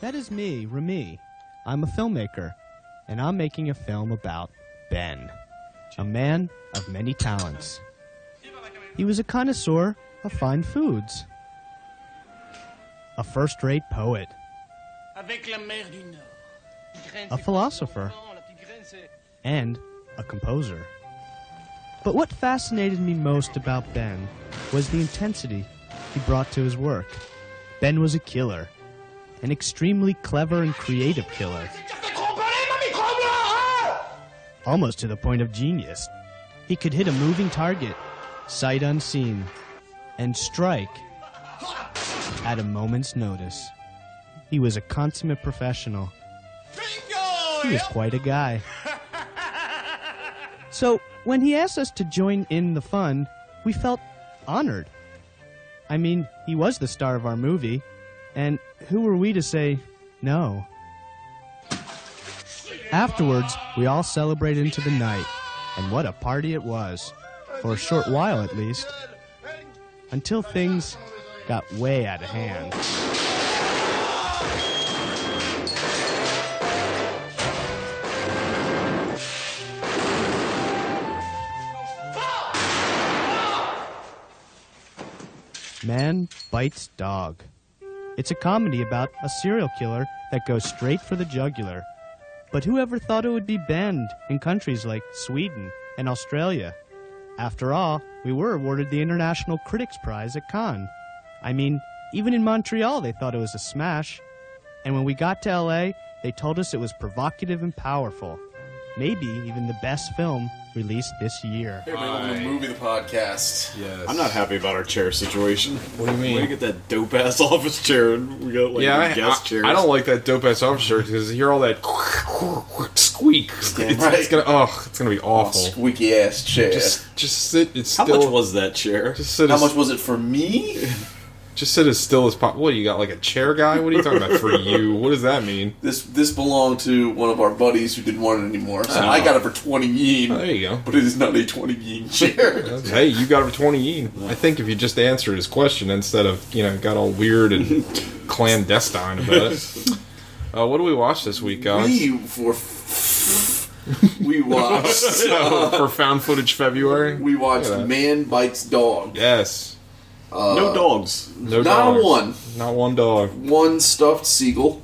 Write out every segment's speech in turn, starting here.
That is me, Rami. I'm a filmmaker, and I'm making a film about Ben, a man of many talents. He was a connoisseur of fine foods, a first rate poet, Avec la mer du Nord. Oh, a philosopher, and a composer. But what fascinated me most about Ben was the intensity he brought to his work. Ben was a killer, an extremely clever and creative killer, almost to the point of genius. He could hit a moving target, sight unseen, and strike at a moment's notice. He was a consummate professional. He was quite a guy. So, when he asked us to join in the fun, we felt honored. I mean, he was the star of our movie, and who were we to say no? Afterwards, we all celebrated into the night, and what a party it was, for a short while at least, until things got way out of hand. Man Bites Dog. It's a comedy about a serial killer that goes straight for the jugular. But who ever thought it would be banned in countries like Sweden and Australia? After all, we were awarded the International Critics Prize at Cannes. I mean, even in Montreal, they thought it was a smash. And when we got to LA, they told us it was provocative and powerful. Maybe even the best film released this year. Welcome to Movie the Podcast. Yes. I'm not happy about our chair situation. What do you mean? We get that dope ass office chair and we got like yeah, I, guest I- chairs. I don't like that dope ass officer because you hear all that squeak. It's, Damn it's right. gonna oh, it's gonna be awful. squeaky ass chair. Just just sit. It's How still, much was that chair? Just sit How as- much was it for me? just sit as still as possible. What you got like a chair guy? What are you talking about for you? What does that mean? This this belonged to one of our buddies who didn't want it anymore, so I got it for twenty yen. Oh, there you go. But it is not a twenty yen chair. Hey, you got it for twenty yen. I think if you just answered his question instead of you know got all weird and clandestine about it. Uh, what do we watch this week, guys? we for we watched for found footage February. we watched Look at that. Man Bites Dog. Yes. no dogs. No Not dogs. one. Not one dog. One stuffed seagull.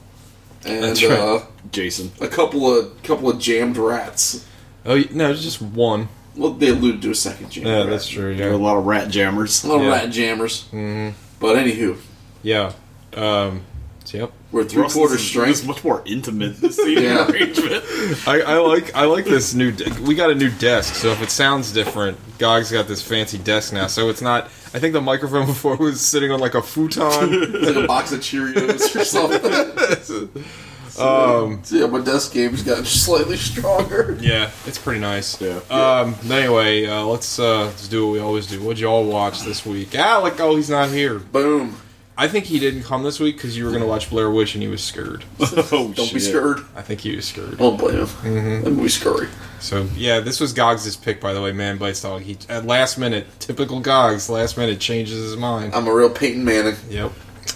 And That's right. uh, Jason. a couple of couple of jammed rats. Oh y- no, it's just one. Well, they alluded to a second jammed. Yeah, rat. that's true. There are a Yeah, lot of rat jammers. A lot of Yeah. rat jammers. Mm-hmm. But anywho, yeah. Um, so, yep. we're three quarter Russell's- strength. It's much more intimate this seating Yeah. arrangement. I, I like I like this new. De- we got a new desk, so if it sounds different, Gog's got this fancy desk now. So it's not. I think the microphone before was sitting on like a futon. It's like a box of Cheerios or something. um, so yeah, my desk game's gotten slightly stronger. yeah, it's pretty nice. Yeah. Um. Anyway, uh, let's uh, let's do what we always do. What'd y'all watch this week? Alec. Oh, he's not here. Boom. I think he didn't come this week because you were gonna watch Blair Witch and he was scared. oh, Don't be shit. scared. Oh, I think he was scared. I don't blame him. Mm-hmm. That movie's scary. So yeah, this was Gogs's pick, by the way. Man bites dog. He at last minute, typical Gogs. Last minute changes his mind. I'm a real Peyton Manning. Yep.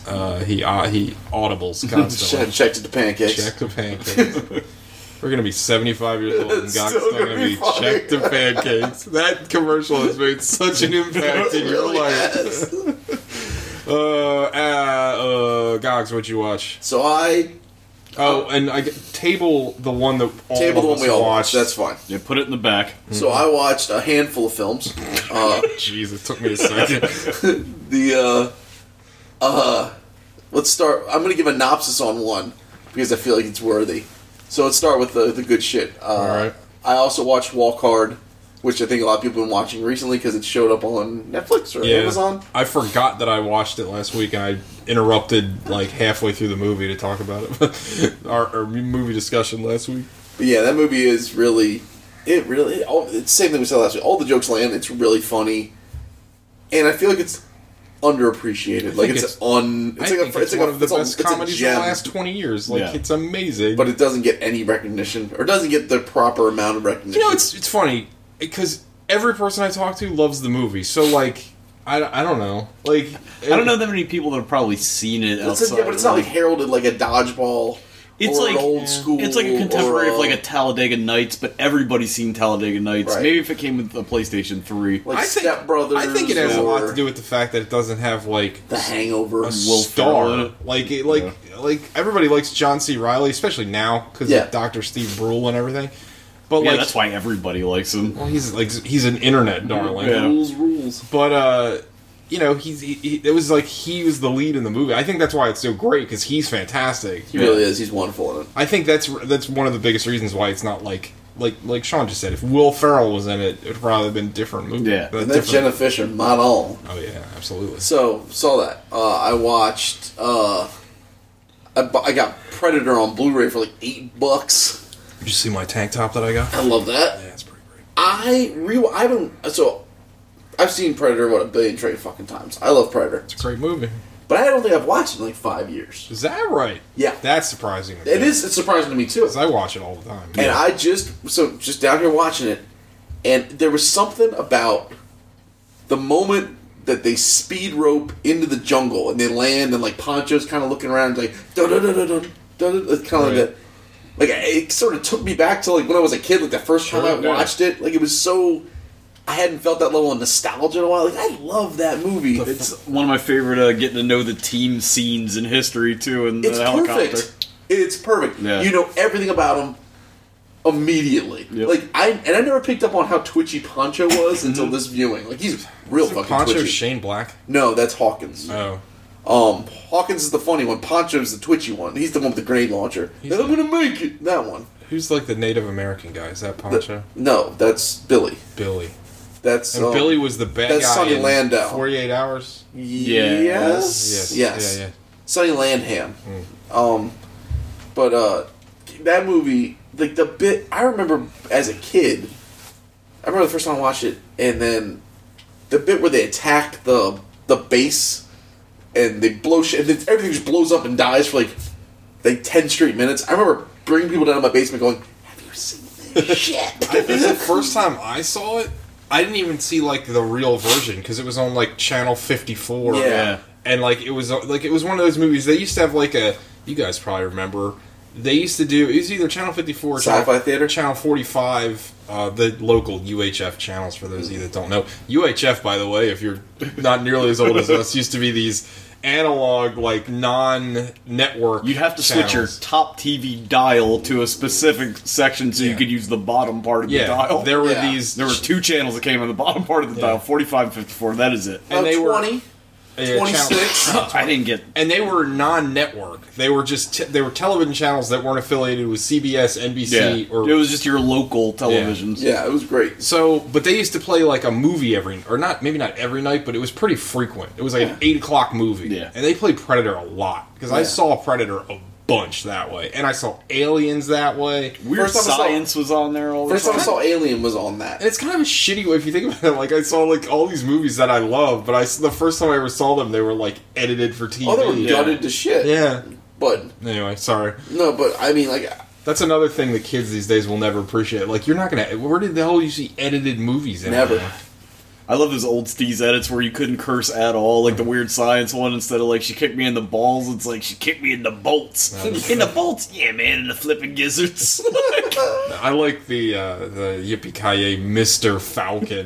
Uh, he uh, he audibles Check, constantly. checked at the pancakes. Check the pancakes. We're gonna be seventy five years old, and Gogs Still still, gonna, gonna be be funny. check the pancakes. That commercial has made such an impact in your Really life. has. Uh, uh, uh, Gogs, what'd you watch? So I Oh, and I get- table the one that all table the of one us we all watched. watched. Mm-hmm. That's fine. Yeah, put it in the back. So I watched a handful of films. Uh, jeez, it took me a second. the uh, uh, let's start. I'm gonna give a synopsis on one because I feel like it's worthy. So let's start with the the good shit. Uh, All right. I also watched Walk Hard. which I think a lot of people have been watching recently because it showed up on Netflix or Amazon. I forgot that I watched it last week, and I interrupted like halfway through the movie to talk about it. our, our movie discussion last week. But yeah, that movie is really, it really, it all, it's the same thing we said last week. All the jokes land. It's really funny, and I feel like it's underappreciated. Like think it's, it's- on. It's I like a, think it's it's like one a, of the it's a- best it's a comedies of the gem, last twenty years. Like Yeah. it's amazing. but it doesn't get any recognition or doesn't get the proper amount of recognition. you know, it's it's funny because every person I talk to loves the movie. So like, I, I don't know. Like I don't know that many people that have probably seen it It's- outside. yeah, but it's not like heralded like a dodgeball. It's or like an old school. It's like a contemporary or uh, of like a Talladega Nights, but everybody's seen Talladega Nights. Right. Maybe if it came with a PlayStation Three, like I think- Step Brothers. I think it has a or lot to do with the fact that it doesn't have like the Hangover. a Ferrell in star. it. Like it, like like everybody likes John C. Riley, especially now because Yeah. of Doctor Steve Brule and everything. But yeah, like that's why everybody likes them. well, he's like he's an internet darling. Yeah. Rules, rules. But uh, you know he's he, he, it was like he was the lead in the movie. I think that's why it's so great because he's fantastic. He really is. He's wonderful in it. I think that's that's one of the biggest reasons why it's not like like like Sean just said. If Will Ferrell was in it, it would probably have been a different movie. Yeah. But And that's Jenna different- Fisher, not all. Oh yeah, absolutely. So saw that. Uh, I watched. Uh, I, bu- I got Predator on Blu-ray for like eight bucks. Did you see my tank top that I got? I love that. Yeah, it's pretty great. I re. I don't. So I've seen Predator what a billion trillion fucking times. I love Predator, It's a great movie. but I don't think I've watched it in like five years. Is that right? Yeah. That's surprising. to It me. is. It's surprising to me too. 'Cause I watch it all the time. And I just so just down here watching it, and there was something about the moment that they speed rope into the jungle and they land and like Poncho's kind of looking around like dun dun dun dun dun dun, dun kind of Right. like that. Like it sort of took me back to like when I was a kid, like the first time Sure, I yeah. watched it. Like it was so I hadn't felt that level of nostalgia in a while. Like I love that movie. It's It's one of my favorite uh, getting to know the team scenes in history too, and it's the helicopter. perfect. It's perfect. Yeah. You know everything about him immediately. Yep. Like I and I never picked up on how twitchy Poncho was until this viewing. Like he's real fucking Poncho twitchy. Shane Black. no, that's Hawkins. Oh, Um, Hawkins is the funny one. Poncho's the twitchy one. He's the one with the grenade launcher. He's I'm the- gonna make it. That one. who's like the Native American guy? Is that The- Poncho? no, that's Billy. Billy. That's And um, Billy was the bad that's guy. Sonny in Landau. Forty-eight hours. Yes. Yes. Yes. Yeah, yeah. Sonny Landham. Um, but uh, that movie, like the bit, I remember as a kid. I remember the first time I watched it, and then the bit where they attack the the base, and they blow shit, and then everything just blows up and dies for like like ten straight minutes. I remember bringing people down to my basement, going, "Have you seen this shit?" I think the first time I saw it, I didn't even see like the real version because it was on like Channel Fifty Four. Yeah. and like it was like it was one of those movies they used to have like a you guys probably remember they used to do it was either channel 54 or Sci-Fi Channel- Theater? channel 45 uh, the local UHF channels for those of you that don't know UHF by the way if you're not nearly as old as us used to be these analog like non-network You'd have to switch your channels. top TV dial to a specific section so you could use the bottom part of yeah the dial. there were Yeah. these There were two channels that came on the bottom part of the Yeah. dial, 45 and 54. That is it. and they were- twenty. yeah, channel- 26. I didn't get. and they were non-network they were just t- they were television channels that weren't affiliated with CBS Yeah. NBC or it was just your local televisions. Yeah, it was great. So, but they used to play like a movie every, or not, maybe not every night, but it was pretty frequent. It was like an eight o'clock movie, Yeah. and they played Predator a lot because I Yeah. saw Predator a bunch that way, and I saw Aliens that way. And Weird First time I saw- Science was on there all the First time I time. saw Alien was on that. it's kind of a shitty way if you think about it. Like I saw like all these movies that I love, but I s- the first time I ever saw them, they were like edited for TV. Oh, they were yeah. gutted to shit. Yeah. But Anyway, sorry. no, but I mean, like, That's another thing the kids these days will never appreciate. Like you're not gonna. Where did the hell you see edited movies? Anymore? Never. I love those old Steez edits where you couldn't curse at all, like the Weird Science one. Instead of like she kicked me in the balls, it's like she kicked me in the bolts. in the bolts, yeah, man, in the flipping gizzards. I like the uh, the Yippee Kaye Mister Falcon.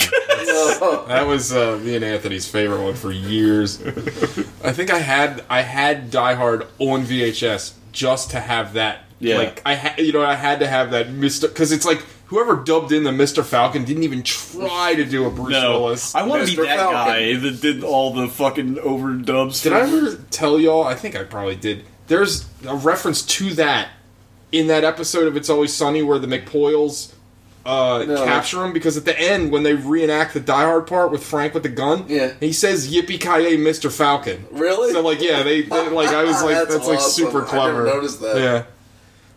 that was uh, me and Anthony's favorite one for years. I think I had I had Die Hard on VHS just to have that. Yeah. Like I ha- you know I had to have that Mister because it's like whoever dubbed in the Mister Falcon didn't even try to do a Bruce no, Willis. I want to Mr. be that Falcon. guy that did all the fucking overdubs. Did for- I ever tell y'all? I think I probably did. There's a reference to that in that episode of It's Always Sunny where the McPoyles uh, No. capture him because at the end when they reenact the Die Hard part with Frank with the gun, Yeah. he says "Yippee ki Mister Falcon." Really? So like, yeah, they, they like I was like that's, That's like awesome. super I never clever. noticed that. Yeah.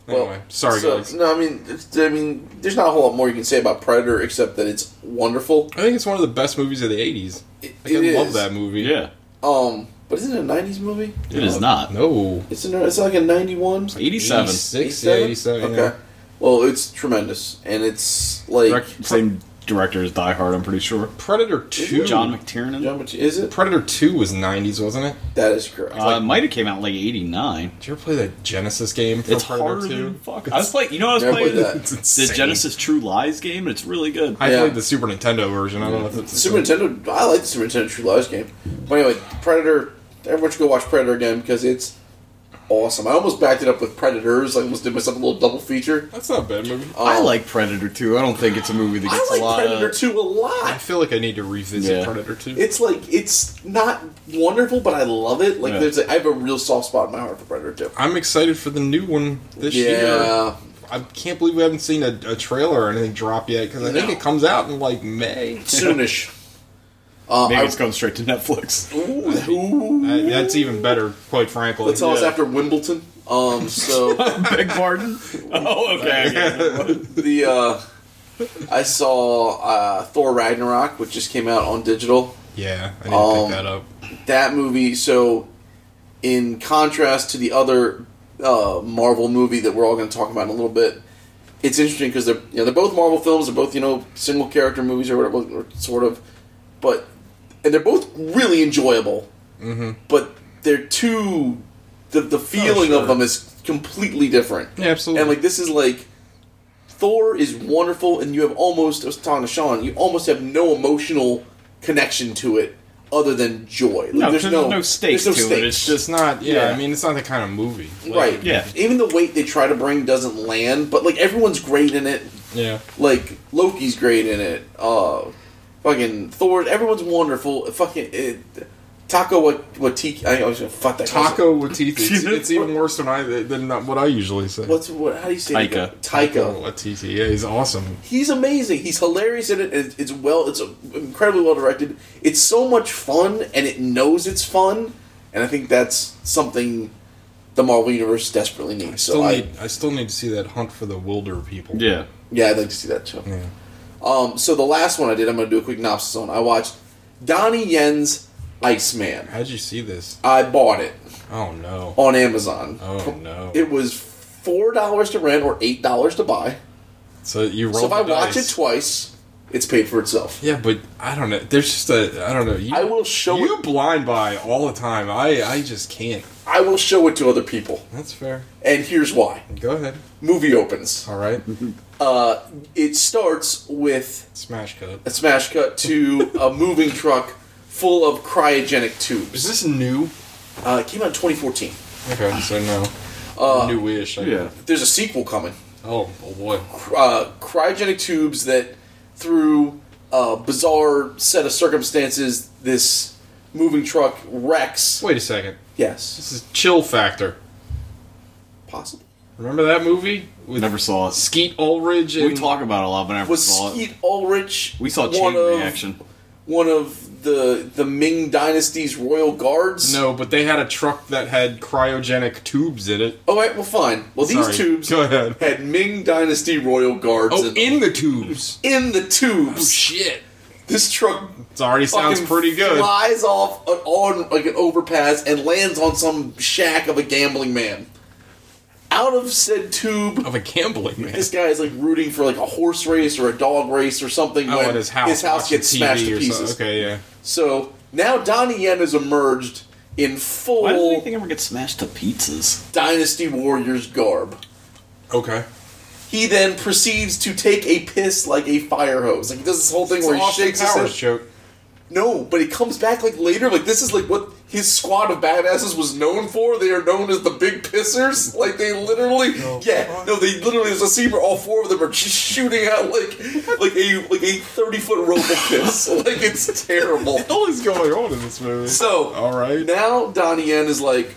Well, Anyway, sorry so- guys. No, I mean, it's, I mean, there's not a whole lot more you can say about Predator except that it's wonderful. I think it's one of the best movies of the '80s. It, Like, I it love is. that movie. Yeah, Um, but isn't it a '90s movie? it is not. No. It's in, it's like a '91. Eighty-seven. 86, yeah, 87. Okay. yeah. Well, it's tremendous, and it's like Direct- same director as Die Hard. I'm pretty sure. Predator Two. John McTiernan. John Mat- is it? Predator Two was '90s, wasn't it? That is correct. uh, it might have came out in, like '89. Did you ever play that Genesis game for It's Predator harder Two? than fuck. I was playing. You know, what I Never was played playing that. It's the insane. Genesis True Lies game, and it's really good. I Yeah. played the Super Nintendo version. I don't know if Uh, it's the Super same. Nintendo. I like the Super Nintendo True Lies game. But anyway, Predator. Everyone should go watch Predator again because it's awesome. I almost backed it up with Predators. I almost did myself a little double feature. That's not a bad movie. Um, I like Predator 2. I don't think it's a movie that I gets a like lot Predator of. Two a I lot. feel like I need to revisit Yeah. Predator Two. It's like it's not wonderful, but I love it. Like Yeah. there's, a, I have a real soft spot in my heart for Predator Two. I'm excited for the new one this year. Yeah, I can't believe we haven't seen a, a trailer or anything drop yet because I think No. it comes out in like May. soonish. Uh, Maybe I- it's going straight to Netflix. ooh, ooh. Uh, that's even better, quite frankly. That's all it's Yeah. after Wimbledon. Um, so Beg pardon? Oh, okay. okay. the uh, I saw uh, Thor Ragnarok, which just came out on digital. Yeah, I need to Um, pick that up. That movie. So, in contrast to the other uh, Marvel movie that we're all going to talk about in a little bit, it's interesting because they're you know they're both Marvel films. They're both you know single character movies or whatever, or sort of. But and they're both really enjoyable. Mm-hmm. But they're two. The, the feeling Oh, sure. of them is completely different. Yeah, absolutely. And like this is like Thor is wonderful, and you have almost I was talking to Sean. You almost have no emotional connection to it other than joy. Like, No, 'cause there's no stakes there's to no it. stakes. It's It's not. Yeah, Yeah. I mean, it's not that kind of movie. Like, right. yeah. Even the weight they try to bring doesn't land, but like everyone's great in it. Yeah. Like Loki's great in it. Uh, fucking Thor. Everyone's wonderful. Fucking eh, it, Taco Wat- Watiki. I was gonna fuck that. guy's- Taco Watiti. It's, it's even worse than I than not what I usually say. What's what? How do you say it? Taika. Taika. Taco Watiti. Yeah, he's awesome. he's amazing. He's hilarious in it. And it's well. It's incredibly well directed. It's so much fun, and it knows it's fun. And I think that's something the Marvel Universe desperately needs. So Still I, need. I still need to see that Hunt for the Wilder People. Yeah. yeah, I'd like to see that too. Yeah. Um, so the last one I did, I'm going to do a quick synopsis on. I watched Donnie Yen's Iceman. How'd you see this? I bought it Oh no. on Amazon. Oh no. It was four dollars to rent or eight dollars to buy. So you roll. So if the I watch dice. it twice, it's paid for itself. Yeah, but I don't know. There's just a I don't know. You, I will show you it. blind by all the time. I I just can't. I will show it to other people, That's fair. and here's why. Go ahead. movie opens. All right. Uh, it starts with Smash cut. a smash cut to a moving truck full of cryogenic tubes. Is this new? Uh, it came out in 2014. Okay, so no. Uh, Newish. I- Yeah. There's a sequel coming. Oh, oh boy. Uh, cryogenic tubes that, through a bizarre set of circumstances, this moving truck wrecks. Wait a second. Yes, This is Chill Factor. possible. Remember that movie with Never saw it. Skeet Ulrich? And We talk about it a lot, but I never Was saw it. Skeet Ulrich? uh, We saw one Chain of- Reaction. One of the the Ming Dynasty's royal guards. No, but they had a truck that had cryogenic tubes in it. Oh, wait, well, fine. Well, these Sorry. tubes Go ahead. had Ming Dynasty royal guards Oh, in, in the tubes. in the tubes. Shit. this truck It already sounds fucking pretty good. Flies off an, on like an overpass and lands on some shack of a gambling man. Out of said tube, Of a gambling man. this guy is like rooting for like a horse race or a dog race or something. Oh, when at his house. watching gets TV smashed to or something. pieces. Okay, yeah. So now Donnie Yen has emerged in full Why did anything ever get smashed to pizzas? Dynasty Warriors garb. Okay. he then proceeds to take a piss like a fire hose. Like he does this whole thing where he shakes his Powers head. joke. No, but it comes back like later. Like this is like what his squad of badasses was known for. They are known as the big pissers. Like they literally, yeah, no, they literally. There's a scene where all four of them are just shooting out like like a like a thirty foot rope of piss. like it's terrible. What the hell is going on in this movie? So all right. now Donnie Yen is like,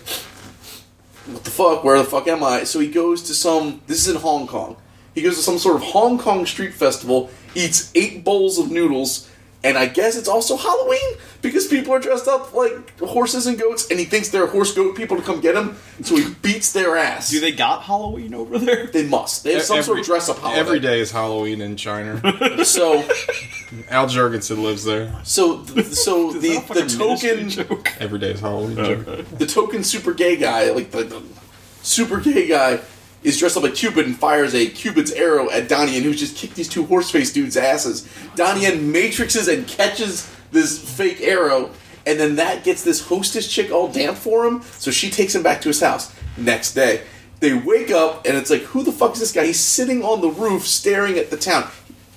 what the fuck? Where the fuck am I? So he goes to some. This is in Hong Kong. He goes to some sort of Hong Kong street festival, eats eight bowls of noodles, and I guess it's also Halloween because people are dressed up like horses and goats, and he thinks they're horse goat people to come get him, so he beats their ass. Do they got Halloween over there? They must. They have some sort Every- of dress up holiday. Every day is Halloween in China. So, Al Jurgensen lives there. so, so the Is that a the fucking token ministry joke? Every day is Halloween. the token super gay guy, like the, the super gay guy, is dressed up like Cupid and fires a Cupid's arrow at Donnie, and who's just kicked these two horseface dudes' asses. Donnie and matrixes and catches this fake arrow, and then that gets this hostess chick all damp for him, so she takes him back to his house. Next day, they wake up, and it's like, who the fuck is this guy? He's sitting on the roof staring at the town.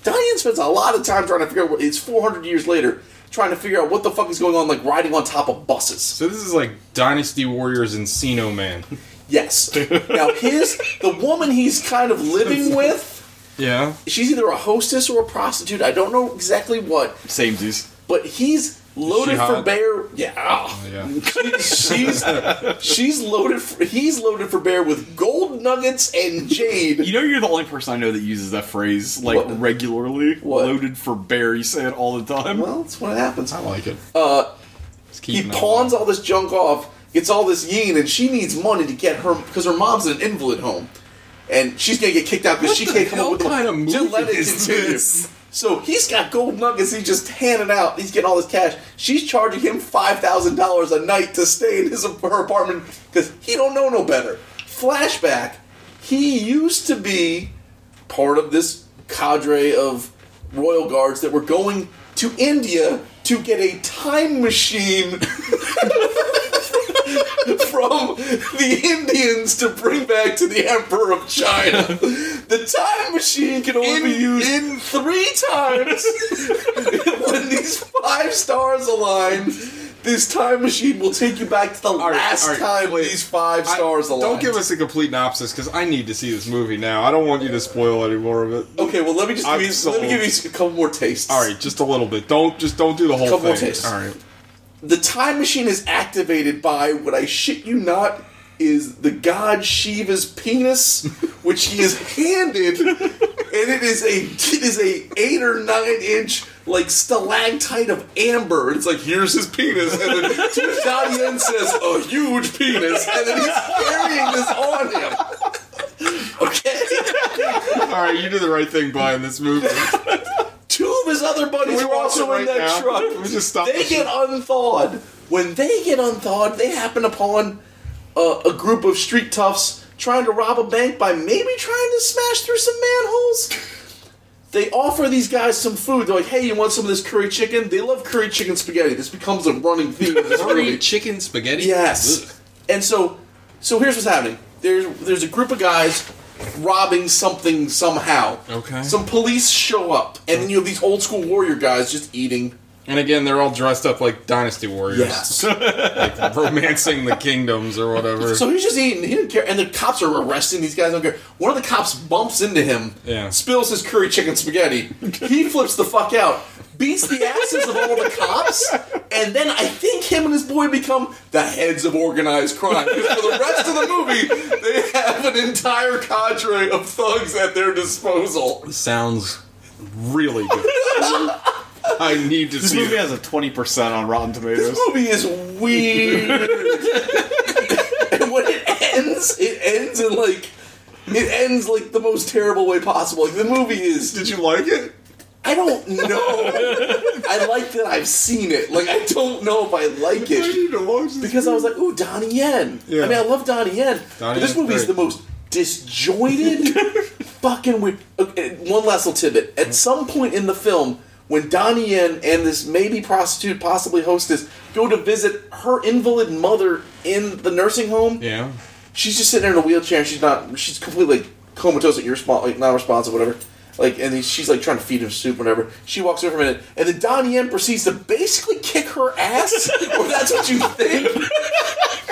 Diane spends a lot of time trying to figure out what, it's 400 years later, trying to figure out what the fuck is going on, like riding on top of buses. So this is like Dynasty Warriors Encino Man. Yes. Now his the woman he's kind of living with, Yeah. she's either a hostess or a prostitute. I don't know exactly what, Samesies. but he's loaded She for hot? bear. Yeah. Yeah. She's she's loaded for, he's loaded for bear with gold nuggets and jade. You know, you're the only person I know that uses that phrase like What? regularly. What? Loaded for bear. You say it all the time. Well, that's what happens. I like it. Uh, Just he keeping up. pawns all this junk off, gets all this yin, and she needs money to get her because her mom's in an invalid home, and she's gonna get kicked out What because she the can't come up hell with the kind of money. Just movie let it is continue. this? So he's got gold nuggets. He's just handing out. He's getting all this cash. She's charging him five thousand dollars a night to stay in his her apartment because he don't know no better. Flashback: He used to be part of this cadre of royal guards that were going to India to get a time machine from the Indians to bring back to the Emperor of China. The time machine can only be used in three times when these five stars align. This time machine will take you back to the right, last all right, time wait. these five I- stars align. Don't give us a complete synopsis because I need to see this movie now. I don't want you to spoil any more of it. Okay, well let me just I'm give you, let sold. me give you a couple more tastes. All right, just a little bit. Don't just don't do the whole Couple thing. tastes. All right. the time machine is activated by what I shit you not is the god Shiva's penis, which he is handed, and it is a it is a eight or nine inch like stalactite of amber. It's like here's his penis, and then Tutanyan says a huge penis, and then he's carrying this on him. Okay, All right, you did the right thing buying this movie. two of his other buddies we are watch also it right in that now? truck. Can we just stop They the get unthawed. When they get unthawed, they happen upon uh, a group of street toughs trying to rob a bank by maybe trying to smash through some manholes. They offer these guys some food. They're like, "Hey, you want some of this curry chicken?" They love curry chicken spaghetti. This becomes a running theme of this movie. chicken spaghetti. Yes. Ugh. And so, so here's what's happening. There's there's a group of guys robbing something somehow. Okay. Some police show up, and then you have these old school warrior guys just eating. And again, they're all dressed up like Dynasty Warriors, romancing the kingdoms or whatever. so he's just eating. He didn't care. And the cops are arresting these guys. Don't care. One of the cops bumps into him. Yeah. Spills his curry chicken spaghetti. he flips the fuck out. Beats the asses of all the cops, and then I think him and his boy become the heads of organized crime. 'Cause For the rest of the movie, they have an entire cadre of thugs at their disposal. Sounds really good. I need to This see movie it. has a 20% on Rotten Tomatoes. This movie is weird. and when it ends, it ends in like it ends like the most terrible way possible. Like the movie is Did you like it? I don't know. I like that I've seen it. Like I don't know if I like I it. need to watch this. Because I was like, ooh, Donnie Yen. Yeah. I mean I love Donnie Yen. but Donnie this Yen's movie is great. the most disjointed fucking weird okay, one last little tidbit. At some point in the film when Donnie Yen and this maybe prostitute, possibly hostess, go to visit her invalid mother in the nursing home, yeah. she's just sitting there in a wheelchair. And she's not. She's completely like, comatose, like, irrespon- like not responsive, whatever. Like, and then she's like trying to feed him soup, whatever. She walks over for a minute, and then Donnie Yen proceeds to basically kick her ass, or that's what you think.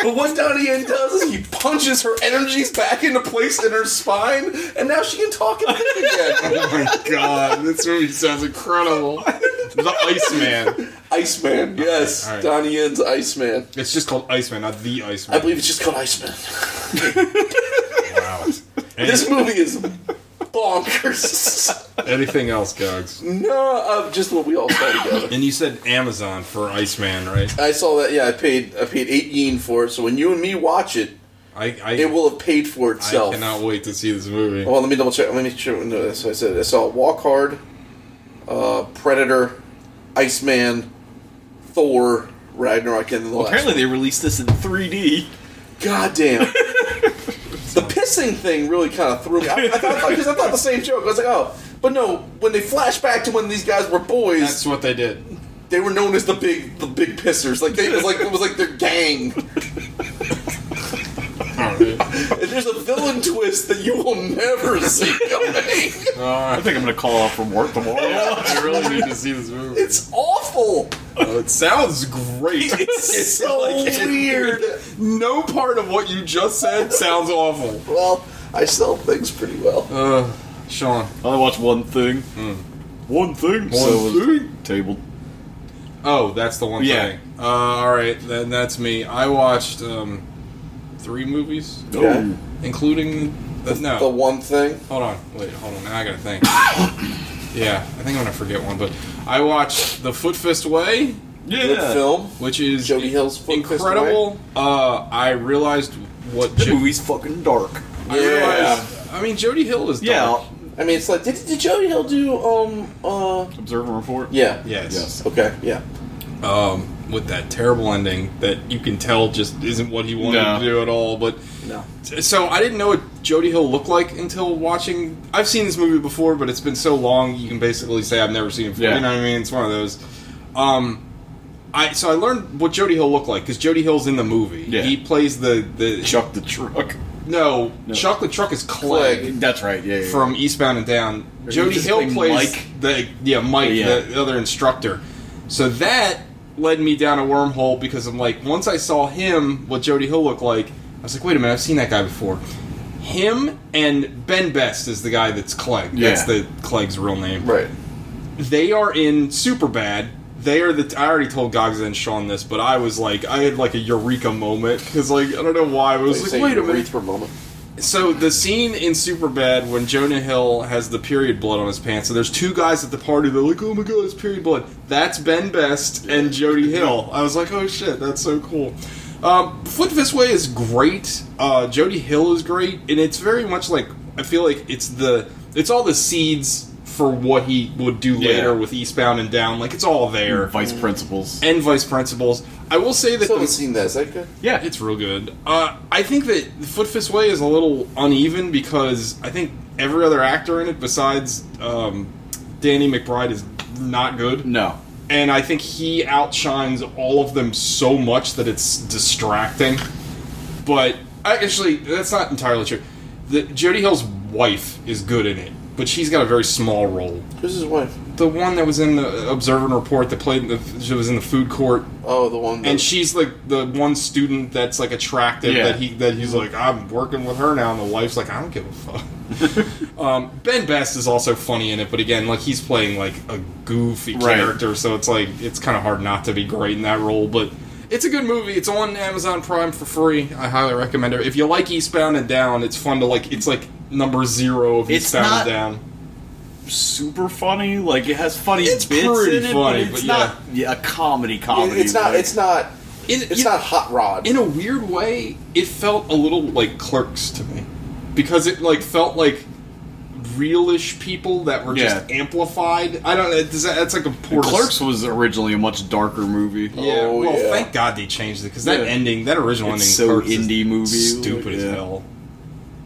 But what Donnie Yen does is he punches her energies back into place in her spine, and now she can talk and think again. Oh my god, this movie sounds incredible. The Iceman. Iceman, yes, All right, all right. Donnie Yen's Iceman. It's just called Iceman, not the Iceman. I believe it's just called Iceman. Wow. This movie is bonkers. Anything else, Gogs? no, uh, just what we all saw together. And you said Amazon for Iceman, right? I saw that. Yeah, I paid. I paid eight yen for it. So when you and me watch it, I I, it will Oh, have paid for I itself. cannot wait to see this movie. Well, let me double check. Let me check. No, so I said I saw Walk Hard, uh, Predator, Iceman, Thor, Ragnarok, and the last. Apparently, they released this in 3D. Goddamn. the pissing thing really kind of threw me. I, I thought because I thought the same joke. I was like, oh, but no. When they flash back to when these guys were boys, That's what they did. they were known as the big the big pissers. Like they it was like it was like their gang. And there's a villain twist that you will never see coming. Uh, I think I'm gonna call off from work tomorrow. I really need to see this movie. It's awful. Uh, it sounds great. It's so weird. No part of what you just said sounds awful. Well, I sell things pretty well. Uh, Sean. I only watched one thing. One thing. so it was Table. Oh, that's the one Yeah. thing. Uh, all right, then that's me. I watched um, three movies, Yeah. Oh. including the, no. The one thing. Hold on, wait, hold on. Now I gotta think. yeah, I think I'm gonna forget one, but I watched The Foot Fist Way, Good film. which is Jody Hill's Foot Fist incredible. Uh, I realized what The Jo- movie's fucking dark. I realized. I mean, Jody Hill is Yeah. dark. I mean, it's like did, did Jody Hill do um uh Observe and report. yeah Yes. Yes. okay yeah Um, with that terrible ending that you can tell just isn't what he wanted No. to do at all, but. no So I didn't know what Jody Hill looked like until watching. I've seen this movie before, but it's been so long you can basically say I've never seen it. Before. Yeah. You know what I mean? It's one of those. Um, I so I learned what Jody Hill looked like because Jody Hill's in the movie. Yeah. He plays the the Chuck the truck. no, No. Chuck the Truck is Clegg That's right. Yeah. yeah. from Eastbound and Down. Or Jody he's Hill playing plays Mike. the yeah Mike, Yeah. the other instructor. So that led me down a wormhole because I'm like, once I saw him, what Jody Hill looked like, I was like, wait a minute, I've seen that guy before. Him and Ben Best is the guy that's Clegg. That's Yeah. the Clegg's real name. right They are in Superbad. They are the. I already told Gogs and Sean this, but I was like, I had like a eureka moment because like I don't know why I was like, wait a minute, for a moment so the scene in Superbad when Jonah Hill has the period blood on his pants. So there's two guys at the party. They're like, "Oh my god, it's period blood." That's Ben Best and Jody Hill. I was like, "Oh shit, that's so cool." Um, Foot This Way is great. Uh, Jody Hill is great, and it's very much like I feel like it's the it's all the seeds for what he would do Yeah. later with Eastbound and Down. Like it's all there. Vice principals. And vice principals. I will say that still haven't the- seen that is that good yeah, it's real good. Uh, I think that Foot Fist Way is a little uneven because I think every other actor in it besides um, Danny McBride is not good, No. and I think he outshines all of them so much that it's distracting. But I, actually, that's not entirely true. The, Jodie Hill's wife is good in it, but she's got a very small role. who's his wife The one that was in the Observant Report that played in the, she was in the food court oh the one that, and she's like the one student that's like attractive Yeah. that he that he's like I'm working with her now, and the wife's like I don't give a fuck. um, ben Best is also funny in it, but again, like he's playing like a goofy Right. character, so it's like it's kind of hard not to be great in that role. But it's a good movie. It's on Amazon Prime for free. I highly recommend it. If you like Eastbound and Down, it's fun to like. It's like number zero of It's Eastbound not- and Down. Super funny. Like it has funny It's bits pretty in it, funny, but it's but not yeah. a comedy comedy. it's not like- it's not In, it's you- not hot rod in a weird way, it felt a little like clerks to me. Because it like felt like realish people that were just Yeah. amplified. I don't know, does that, that's like a poor Clerks was originally a much darker movie. Yeah, Oh, well, yeah. thank God they changed it because that Yeah. ending, that original It's ending, so of Clerks is indie movie, stupid like, as yeah. hell.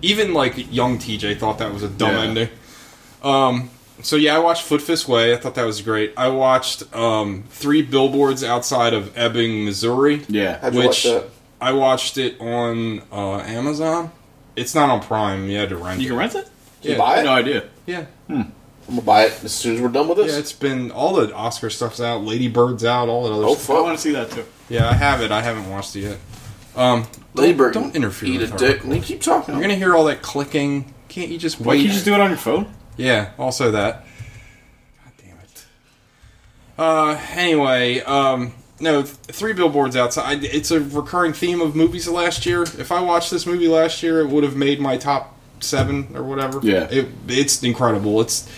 Even like young TJ thought that was a dumb Yeah. ending. Um, so yeah, I watched Foot Fist Way. I thought that was great. I watched um, Three Billboards Outside of Ebbing, Missouri. Yeah. How'd you which like that? I watched it on uh, Amazon. It's not on Prime. You had to rent You it. can rent it? Yeah. buy it No idea. Yeah, I'm gonna buy it as soon as we're done with yeah. this It's been all the Oscar stuff's out. Lady Bird's out. All that other oh stuff. I fuck want to see that too. Yeah, I have it. I haven't watched it yet. Um, Lady don't- Bird Don't interfere. eat with a her. dick you keep talking You're gonna hear all that clicking. Can't you just wait? Can you just do it on your phone? yeah. Also that. God damn it. Uh. Anyway. Um. No. th- Three billboards outside. It's a recurring theme of movies last year. If I watched this movie last year, it would have made my top seven or whatever. Yeah. it, it's incredible. It's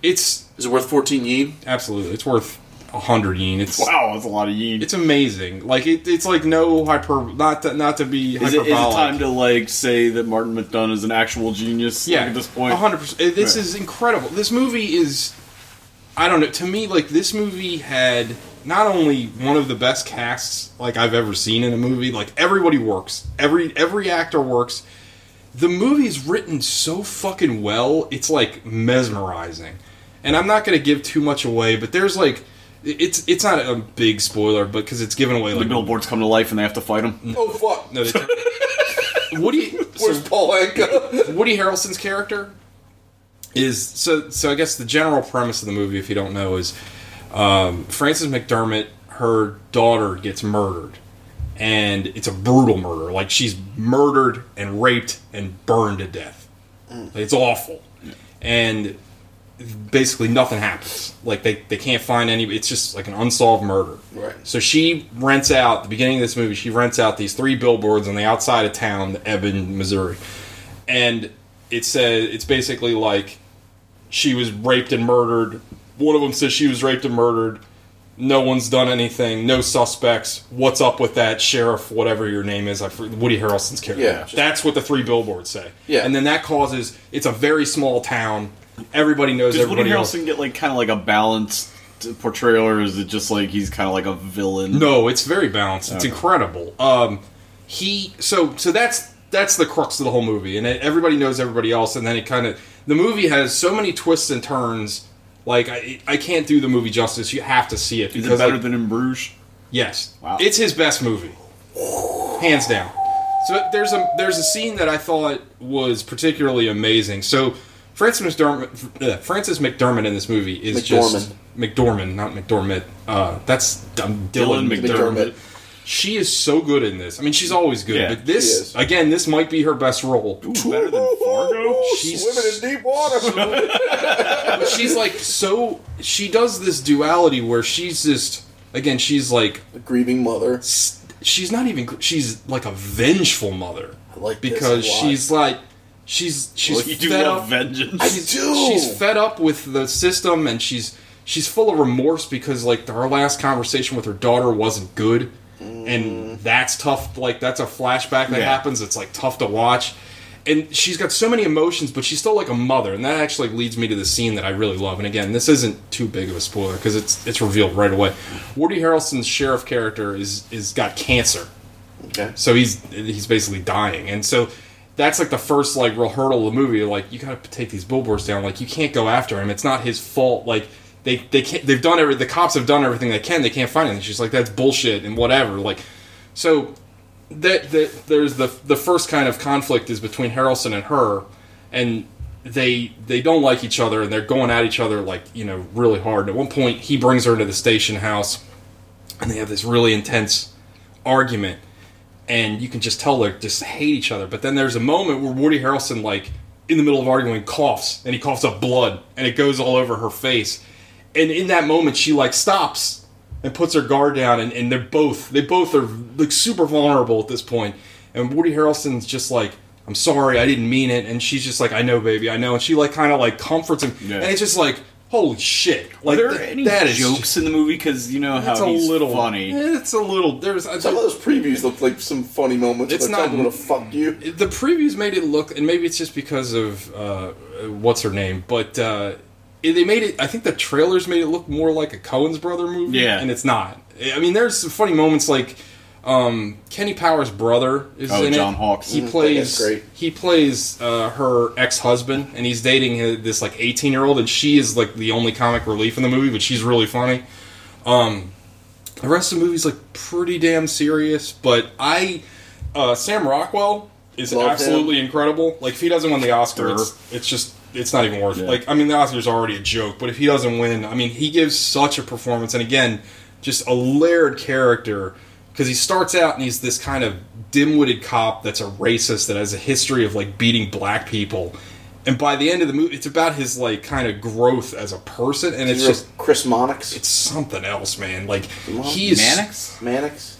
it's Is it worth 14 yen? absolutely it's worth a hundred yen. It's Wow, that's a lot of yin. it's amazing. Like it, it's like no hyper. Not to, not to be Is it, is hyperbolic. it time to like say that Martin McDonough is an actual genius? like, yeah, at this point, hundred percent. This Yeah. is incredible. This movie is, I don't know. To me, like this movie had not only one of the best casts like I've ever seen in a movie. Like everybody works. Every every actor works. The movie is written so fucking well. It's like mesmerizing. And I'm not going to give too much away, but there's like. It's it's not a big spoiler, but because it's given away the like billboards come to life and they have to fight him. Oh, fuck. No, they turn. Woody. Where's So Paul Anka? Woody Harrelson's character is so. So I guess the general premise of the movie, if you don't know, is um, Frances McDermott, her daughter gets murdered, and it's a brutal murder. Like she's murdered and raped and burned to death. It's awful, and basically nothing happens. Like they, they can't find any. It's just like an unsolved murder. Right. So she rents out the beginning of this movie. She rents out these three billboards on the outside of town, Evan, Missouri, and it says it's basically like she was raped and murdered. One of them says she was raped and murdered. No one's done anything. No suspects. What's up with that sheriff? Whatever your name is, I for- Woody Harrelson's character. Yeah, just- that's what the three billboards say. Yeah. and then that causes it's a very small town. Everybody knows Does Woody everybody else. Harrelson get like kind of like a balanced portrayal, or is it just like he's kind of like a villain? No, it's very balanced. Oh. It's incredible. Um, he so so that's that's the crux of the whole movie, and it, everybody knows everybody else, and then it kind of the movie has so many twists and turns. Like I, I can't do the movie justice. You have to see it is because it better like, than in Bruges? Yes. Wow. It's his best movie. Hands down. So there's a there's a scene that I thought was particularly amazing. So Francis McDermott, uh, Francis McDermott in this movie is just McDormand, not McDormand. Uh, that's um, Dylan, Dylan McDermott. McDermott. She is so good in this. I mean, she's always good, Yeah, but she this is. again, this might be her best role. Ooh, better than Fargo? She's Swimming in deep water. but she's like so. She does this duality where she's just again, she's like The grieving mother. s- she's not even gr- she's like a vengeful mother I like this because a lot. she's like she's she's Well, you do fed love up I vengeance. she's, do. she's fed up with the system and she's she's full of remorse because like her last conversation with her daughter wasn't good and Mm. that's tough like that's a flashback that Yeah. happens it's like tough to watch and she's got so many emotions but she's still like a mother and that actually leads me to the scene that I really love and again this isn't too big of a spoiler because it's it's revealed right away Woody Harrelson's sheriff character is is got cancer Okay. so he's he's basically dying, and so that's like the first like real hurdle of the movie. Like you gotta take these billboards down. Like you can't go after him. It's not his fault. Like they they can't. They've done every. The cops have done everything they can. They can't find him. And she's like that's bullshit and whatever. Like so that that there's the the first kind of conflict is between Harrelson and her, and they they don't like each other and they're going at each other like you know really hard. And at one point he brings her into the station house, and they have this really intense argument and you can just tell they just hate each other. But then there's a moment where Woody Harrelson, like in the middle of arguing, coughs and he coughs up blood and it goes all over her face. And in that moment, she like stops and puts her guard down, and, and they're both they both are like super vulnerable at this point. And Woody Harrelson's just like, "I'm sorry, I didn't mean it," and she's just like, "I know, baby, I know." And she like kind of like comforts him, Yeah. and it's just like, "Holy shit!" Like Are there th- any that is jokes in the movie? Because you know That's how a he's little funny. It's a little. There's Some of those previews look like some funny moments. It's It's not not- going to fuck you. the previews made it look, and maybe it's just because of uh, what's her name, but uh, it- they made it. I think the trailers made it look more like a Cohen's brother movie, Yeah. and it's not. I mean, there's some funny moments like um, Kenny Powers' brother is Oh, in John it. Hawkes. He Mm, plays that guy's great. he plays uh, her ex husband, and he's dating hi- this like 18 year old, and she is like the only comic relief in the movie, but she's really funny. Um, The rest of the movie's like pretty damn serious, but I uh, Sam Rockwell is Love absolutely incredible. Like if he doesn't win the Oscar, it's, it's just it's not even worth. it. Yeah. Like I mean, the Oscar's already a joke, but if he doesn't win, I mean, he gives such a performance, and again, just a layered character because he starts out and he's this kind of dim-witted cop that's a racist that has a history of like beating black people. And by the end of the movie, it's about his like kind of growth as a person, and it's Remember just Chris Monix. it's something else, man. Like he is Mannix? Mannix?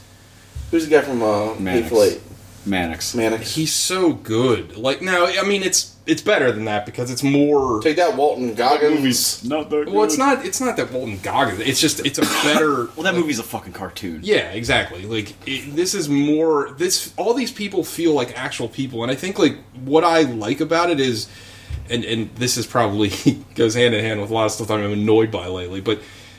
Who's the guy from uh, Mannix. Hateful Eight? Mannix. Mannix. He's so good. Like now, I mean, it's it's better than that because it's more. Take that, Walton Goggins. Movies. Not that Well, it's not. It's not that Walton Goggins. It's just. It's a better. Well, that movie's a fucking cartoon. Yeah, exactly. Like it, this is more this all these people feel like actual people and I think like what I like about it is and and this is probably goes hand in hand with a lot of stuff that I'm annoyed by lately, but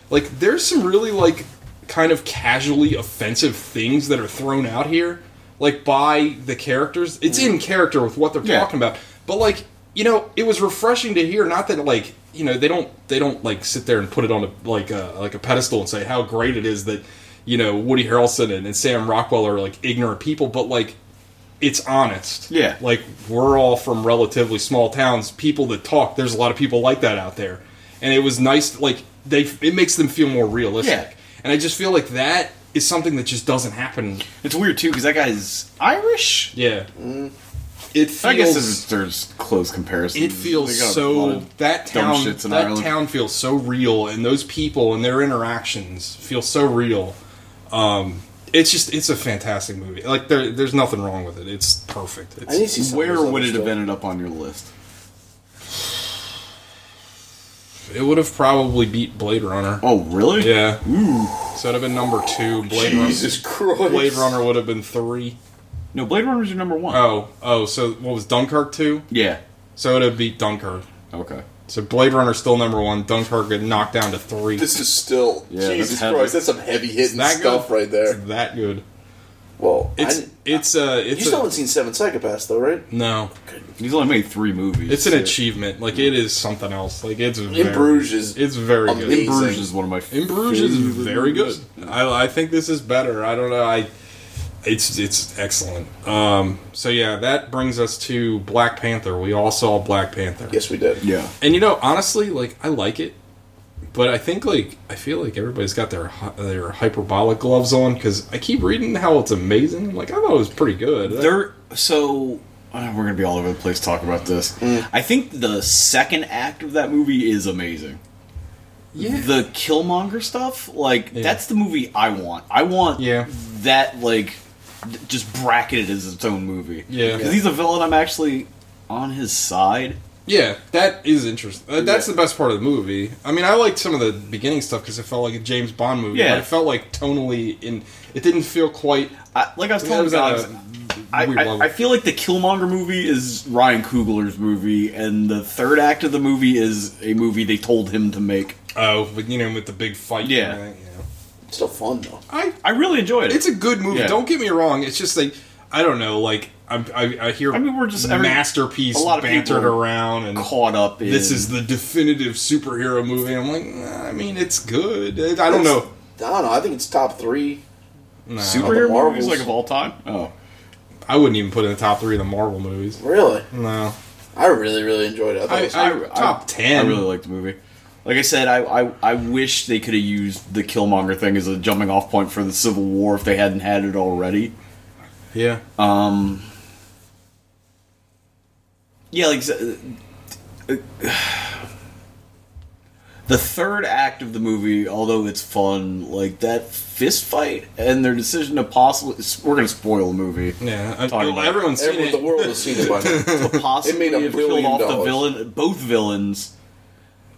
like there's some really like kind of casually offensive things that are thrown out here like by the characters. It's in character with what they're Yeah. talking about. But like, you know, it was refreshing to hear not that like you know they don't they don't like sit there and put it on a like a like a pedestal and say how great it is that you know Woody Harrelson and, and Sam Rockwell are like ignorant people, but like it's honest. Yeah. like we're all from relatively small towns. People that talk, there's a lot of people like that out there, and it was nice. Like they, it makes them feel more realistic. Yeah. And I just feel like that is something that just doesn't happen. It's weird too because that guy's Irish. Yeah, Mm. it feels. I guess there's, there's close comparison. It feels Mm, They got a lot so of that dumb town shits in that Ireland. town feels so real, and those people and their interactions feel so real. Um, it's just it's a fantastic movie. Like there, there's nothing wrong with it. It's perfect. It's, I need to see some of Where his would other it have stuff. ended up on your list? it would have probably beat Blade Runner. Oh, really? Yeah, so that'd have been number two. Blade Jesus Christ. Runner. Blade Runner would have been three. No, Blade Runner's your number one. Oh, oh. So what was Dunkirk two? Yeah. So it'd have beat Dunkirk. Okay. So Blade Runner still number one. Dunkirk got knocked down to three. This is still Yeah, that's Jesus heavy. Christ. That's some heavy hitting That stuff good? right there. It's that good. Well, I It's didn't- it's uh it's you a- still haven't seen Seven Psychopaths though, right? No, He's only made three movies. it's an so- achievement. Like it is something else. Like it's very, In Bruges is It's very In amazing. good. Bruges is one of my. In Bruges is favorite very good. movies. I, I think this is better. I don't know. I it's it's excellent. Um. So yeah, that brings us to Black Panther. We all saw Black Panther. Yes, we did. Yeah. And you know, honestly, like I like it, but I think like I feel like everybody's got their hy- their hyperbolic gloves on because I keep reading how it's amazing. Like I thought it was pretty good. There. So uh, we're gonna be all over the place talking about this. Mm. I think the second act of that movie is amazing. yeah. The Killmonger stuff, like Yeah. that's the movie I want. I want Yeah. that like d- just bracketed as its own movie. Yeah. 'Cause he's a villain. I'm actually on his side. Yeah, that is interesting. Uh, that's Yeah. the best part of the movie. I mean, I liked some of the beginning stuff because it felt like a James Bond movie. Yeah. but it felt like tonally in. It didn't feel quite. I, like I was Yeah, telling it you was uh, at guys, a I, weird I, level. I feel like the Killmonger movie is Ryan Coogler's movie, and the third act of the movie is a movie they told him to make. Oh, but you know, with the big fight. and Yeah. everything, you know. It's still fun though. I. I really enjoyed it. It's a good movie. Yeah. Don't get me wrong. It's just like I don't know. Like I, I, I hear. I mean, we're just- every- masterpiece a lot of bantered people are around and. caught up in this is the definitive superhero movie. I'm like, nah, I mean, it's good. It- I don't know. I don't know. I think it's top three. Nah, superhero Marvels. movies like of all time. Oh, I wouldn't even put it in the top three of the Marvel movies. Really, No, I really, really enjoyed it. I thought I, it I, was top ten. I really liked the movie. Like I said, I, I I wish they could have used the Killmonger thing as a jumping off point for the Civil War if they hadn't had it already. yeah. Um, yeah, like uh, uh, the third act of the movie, although it's fun, like that fist fight and their decision to possibly we're gonna spoil the movie. Yeah, I, Talking about- everyone's seen everyone, it. the world has seen it by now. To possibly made a have killed billion off the dollars. villain, both villains.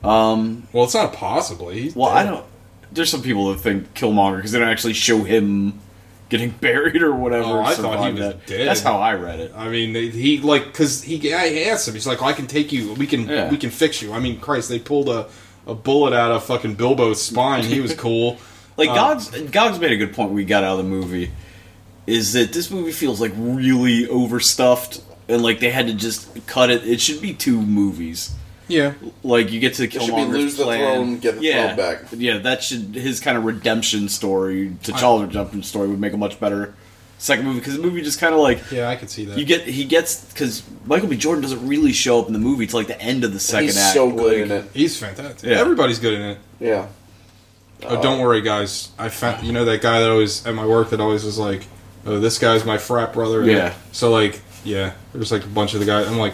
Well, it's not possibly. He's Well, dead. I don't. There's some people that think Killmonger because they don't actually show him getting buried or whatever. Oh, I thought he survived was that. dead. That's how I read it. I mean, they, he like because he I asked him. He's like, I can take you. We can Yeah. we can fix you. I mean, Christ, they pulled a a bullet out of fucking Bilbo's spine. He was cool. Like Uh, Gogs, Gogs made a good point. We got out of the movie is that this movie feels like really overstuffed and like they had to just cut it. It should be two movies. Yeah, Like you get to should be Killmonger's lose the plan. throne, get the yeah, throne back. Yeah, that should his kind of redemption story, T'Challa redemption story would make a much better second movie because the movie just kind of like yeah, I could see that. you get he gets because Michael B. Jordan doesn't really show up in the movie till like the end of the second He's act. so good in like- it. He's fantastic. Yeah. Everybody's good in it. Yeah. Oh, don't worry, guys. I found you know that guy that always at my work that always was like, "Oh, this guy's my frat brother." Yeah. So like, yeah, there's like a bunch of the guys. I'm like,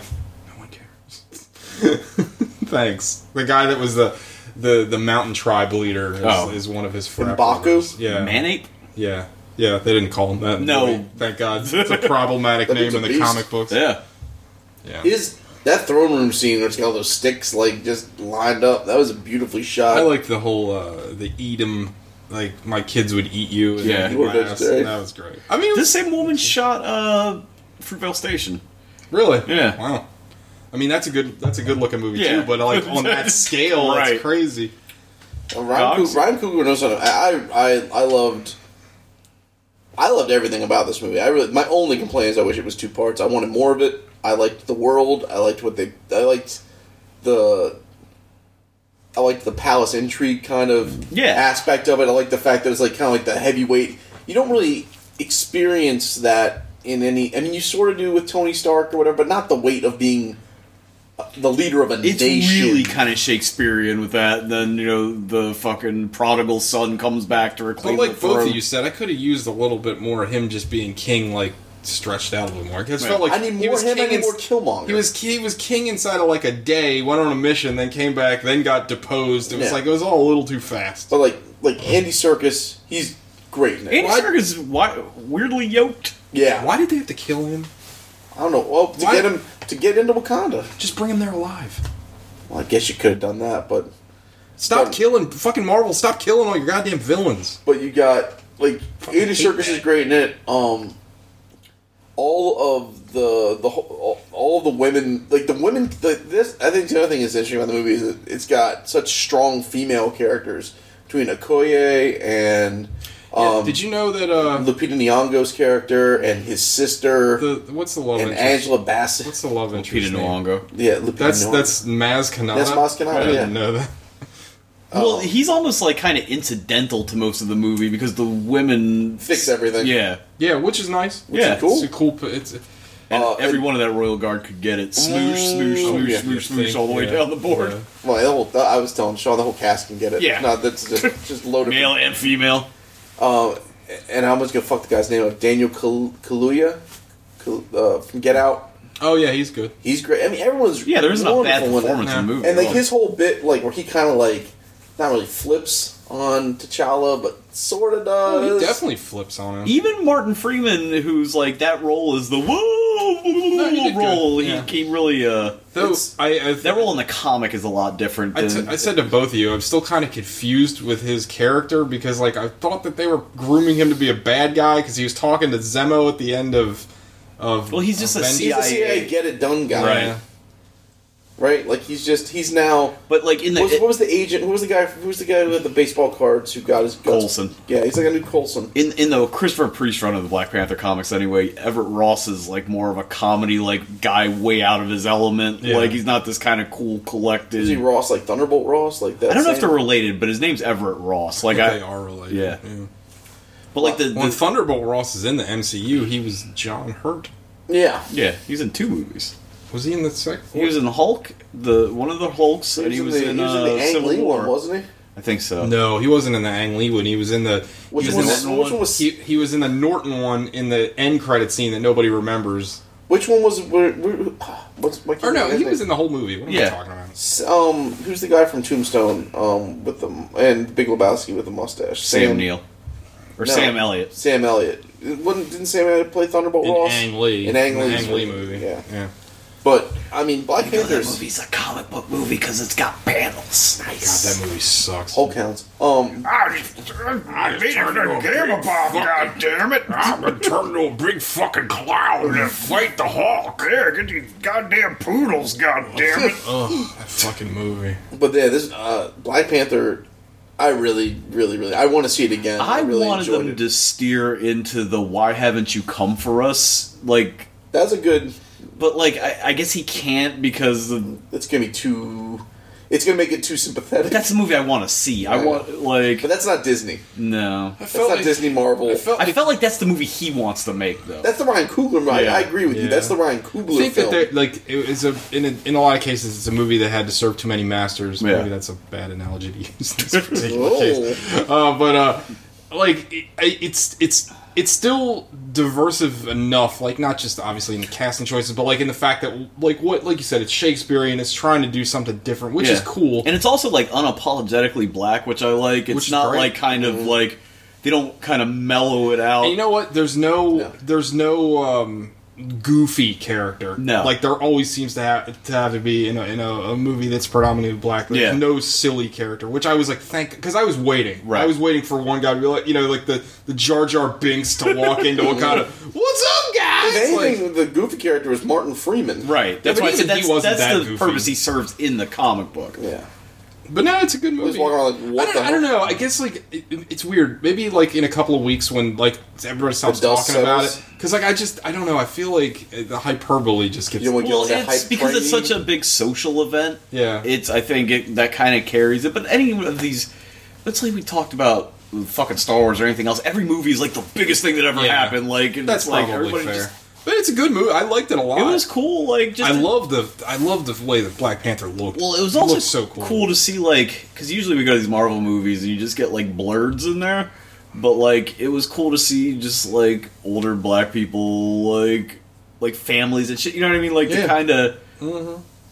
no one cares. Thanks. The guy that was the the the mountain tribe leader is, Oh. is one of his frat M'Baku? brothers. Yeah. Manape. Yeah. Yeah, they didn't call him that. in the No. movie. thank God. It's a problematic That name dude's in a the beast. comic books. Yeah. Yeah. His that throne room scene where it's got all those sticks like just lined up. That was a beautifully shot. I like the whole uh, the eat 'em, like my kids would eat you. And Yeah. eat You were my good ass. today. that was great. I mean, it was- This same woman shot uh, Fruitvale Station. really, Yeah. wow. I mean, that's a good that's a good looking movie Yeah. too. But like on that scale, Right. that's crazy. Well, Ryan, Dogs? Coog- Ryan Coogler knows how to. I, I I I loved. I loved everything about this movie. I really my only complaint is I wish it was two parts. I wanted more of it. I liked the world. I liked what they. I liked the. I liked the palace intrigue kind of Yeah. aspect of it. I liked the fact that it's like kind of like the heavyweight. You don't really experience that in any. I mean, you sort of do with Tony Stark or whatever, but not the weight of being the leader of a It's nation. really kind of Shakespearean with that. Then you know the fucking prodigal son comes back to But reclaim like the both throne. of you said, I could have used a little bit more of him just being king, like stretched out a little more. 'Cause it felt Right. like I need he more was him. I king need in- more Killmonger. He was he was king inside of like a day. Went on a mission, then came back, then got deposed. It was Yeah. like it was all a little too fast. But like like Andy Circus, he's great. In it. Andy Why- Serkis is wi- weirdly yoked. yeah. Why did they have to kill him? I don't know. Well, to Why- get him to get into Wakanda. Just bring him there alive. Well, I guess you could have done that, but Stop Done. killing fucking Marvel. Stop killing all your goddamn villains. but you got like Andy hate Circus is that. great in it. Um, all of the the whole, all the women like the women. The, this I think the other thing that's interesting about the movie is that it's got such strong female characters between Okoye and um, Did you know that uh Lupita Nyong'o's character and his sister the what's the love and interest? Angela Bassett. What's the love Peter interest? name? Nwongo. yeah, Lupita That's Nyong'o. that's Maz Kanata. That's Maz Kanata, I didn't yeah. know that. Oh. Well, he's almost like kind of incidental to most of the movie because the women fix everything. Yeah, Yeah, which is nice. Which Yeah. is Cool. It's a cool. p- It's and Uh, every and- one of that royal guard could get it. Smoosh, smoosh, Oh, smoosh, yeah. smoosh, smoosh, all the way Yeah. down the board. Well, the whole, I was telling Shaw the whole cast can get it. Yeah. No, that's just, just loaded. Male and female. Uh, and I'm just gonna fuck the guy's name up. Daniel Kal- Kaluuya Kal- uh, from Get Out. Oh yeah, he's good. He's great. I mean, everyone's Yeah, there isn't a bad wonderful in it. performance in the movie. And like really. his whole bit, like where he kind of like not really flips on T'Challa, but sort of Oh, does. He definitely flips on him. even Martin Freeman, who's like that role is the whoa, No, he did good. role. He, Yeah. he really uh Though it's- I, I that role in the comic is a lot different. I, Than, t- I said to both of you, I'm still kind of confused with his character because, like, I thought that they were grooming him to be a bad guy because he was talking to Zemo at the end of, of. Well, he's just a Avengers. He's the CIA CIA. get it done guy, Right. Yeah. Right? Like he's just he's now. but like in the What was, what was the agent? Who was the guy? Who was the guy who had the baseball cards? Who got his guts? Coulson. Yeah, he's like a new Colson. in in the Christopher Priest run of the Black Panther comics, anyway, Everett Ross is like more of a comedy like guy, way out of his element. Yeah. Like he's not this kind of cool, collected. Is he Ross like Thunderbolt Ross? Like that? I don't know if same- they're related, but his name's Everett Ross. Like They I, are related. Yeah. but like the, When the Thunderbolt Ross is in the MCU, he was John Hurt. Yeah. yeah, he's in two movies. Was he in the second? He was in Hulk, the one of the Hulks, and He he was was in the, in, he was in uh, the Ang Civil Lee War, one, wasn't he? I think so. No, he wasn't in the Ang Lee one. He was in the. Which he one in the was- Norton which one was- He, he was in the Norton one in the end credit scene that nobody remembers. Which one was? Where, where, what's my? Or no, he was in the whole movie. What am I Yeah. talking about? Um, who's the guy from Tombstone? Um, with the and Big Lebowski with the mustache. Sam Neill or no, Sam Elliott. Sam Elliott. Wouldn't didn't Sam Elliott play Thunderbolt In Ross? Ang Lee. In Ang the Lee's Ang Lee movie. Yeah. yeah. But I mean, Black That Panthers. movie's a comic book movie because it's got panels. God, Nice. that movie sucks. Whole counts. Um, I turned into a game about, God damn it! I'm gonna turn into a big fucking clown and fight the Hawk. Yeah, get these goddamn poodles, God damn it! Ugh, that fucking movie. but yeah, this uh, Black Panther. I really, really, really, I want to see it again. I, I really wanted enjoyed them it. to steer into the why haven't you come for us? Like, That's a good. but like, I, I guess he can't because of, It's gonna be too. It's gonna make it too sympathetic. that's a movie I want to see. I want like but that's not Disney. no. I That's felt not like, Disney Marvel. I felt I like, felt like that's the movie he wants to make though. That's the Ryan Coogler. Right? Yeah. I agree with you. Yeah. That's the Ryan I Coogler think that film. they're like it was a in, a in a lot of cases it's a movie that had to serve too many masters. Yeah. Maybe that's a bad analogy to use in this particular oh, case. uh, but uh, like it, I- it's it's it's still diversive enough like not just obviously in the casting choices but like in the fact that like what like you said it's shakespearean it's trying to do something different which is Yeah. cool and it's also like unapologetically black, which I like. It's Which is not great. like kind of like they don't kind of mellow it out. And you know what? There's no, No. there's no um, goofy character. No. like there always seems to have to have to be in a, in a, a movie that's predominantly black. There's Yeah. no silly character, which I was like, thank, because I was waiting. Right. I was waiting for one guy to be like, you know, like the the Jar Jar Binks to walk into a kind of what's up, guys? If anything, Like, the goofy character was Martin Freeman. right. That's but why I even said he that's, wasn't that's that the goofy. purpose he serves in the comic book. Yeah. but no, it's a good movie. walking around like, what I the don't, I don't hell? know. I guess like it, it's weird. Maybe like in a couple of weeks when like everyone stops The dust talking about settles. it, because like I just I don't know. I feel like uh, the hyperbole just gets You don't Well, want to get on that it's hype because it's train. such a big social event. Yeah. it's I think it, that kind of carries it. But any of these, let's say we talked about fucking Star Wars or anything else. Every movie is like the biggest thing that ever Yeah. happened. Like and That's it's like probably everybody fair. just but it's a good movie. I liked it a lot. it was cool. Like just I love the I love the way that Black Panther looked. Well, it was also looked so cool. cool. to see, like, because usually we go to these Marvel movies and you just get like blurs in there, but like it was cool to see just like older black people, like like families and shit. You know what I mean? Like Yeah. the kind of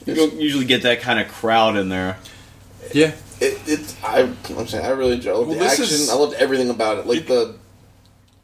you don't usually get that kind of crowd in there. Yeah, It, it, I, I'm saying I really enjoyed I loved Well, the this action. is- I loved everything about it. Like the,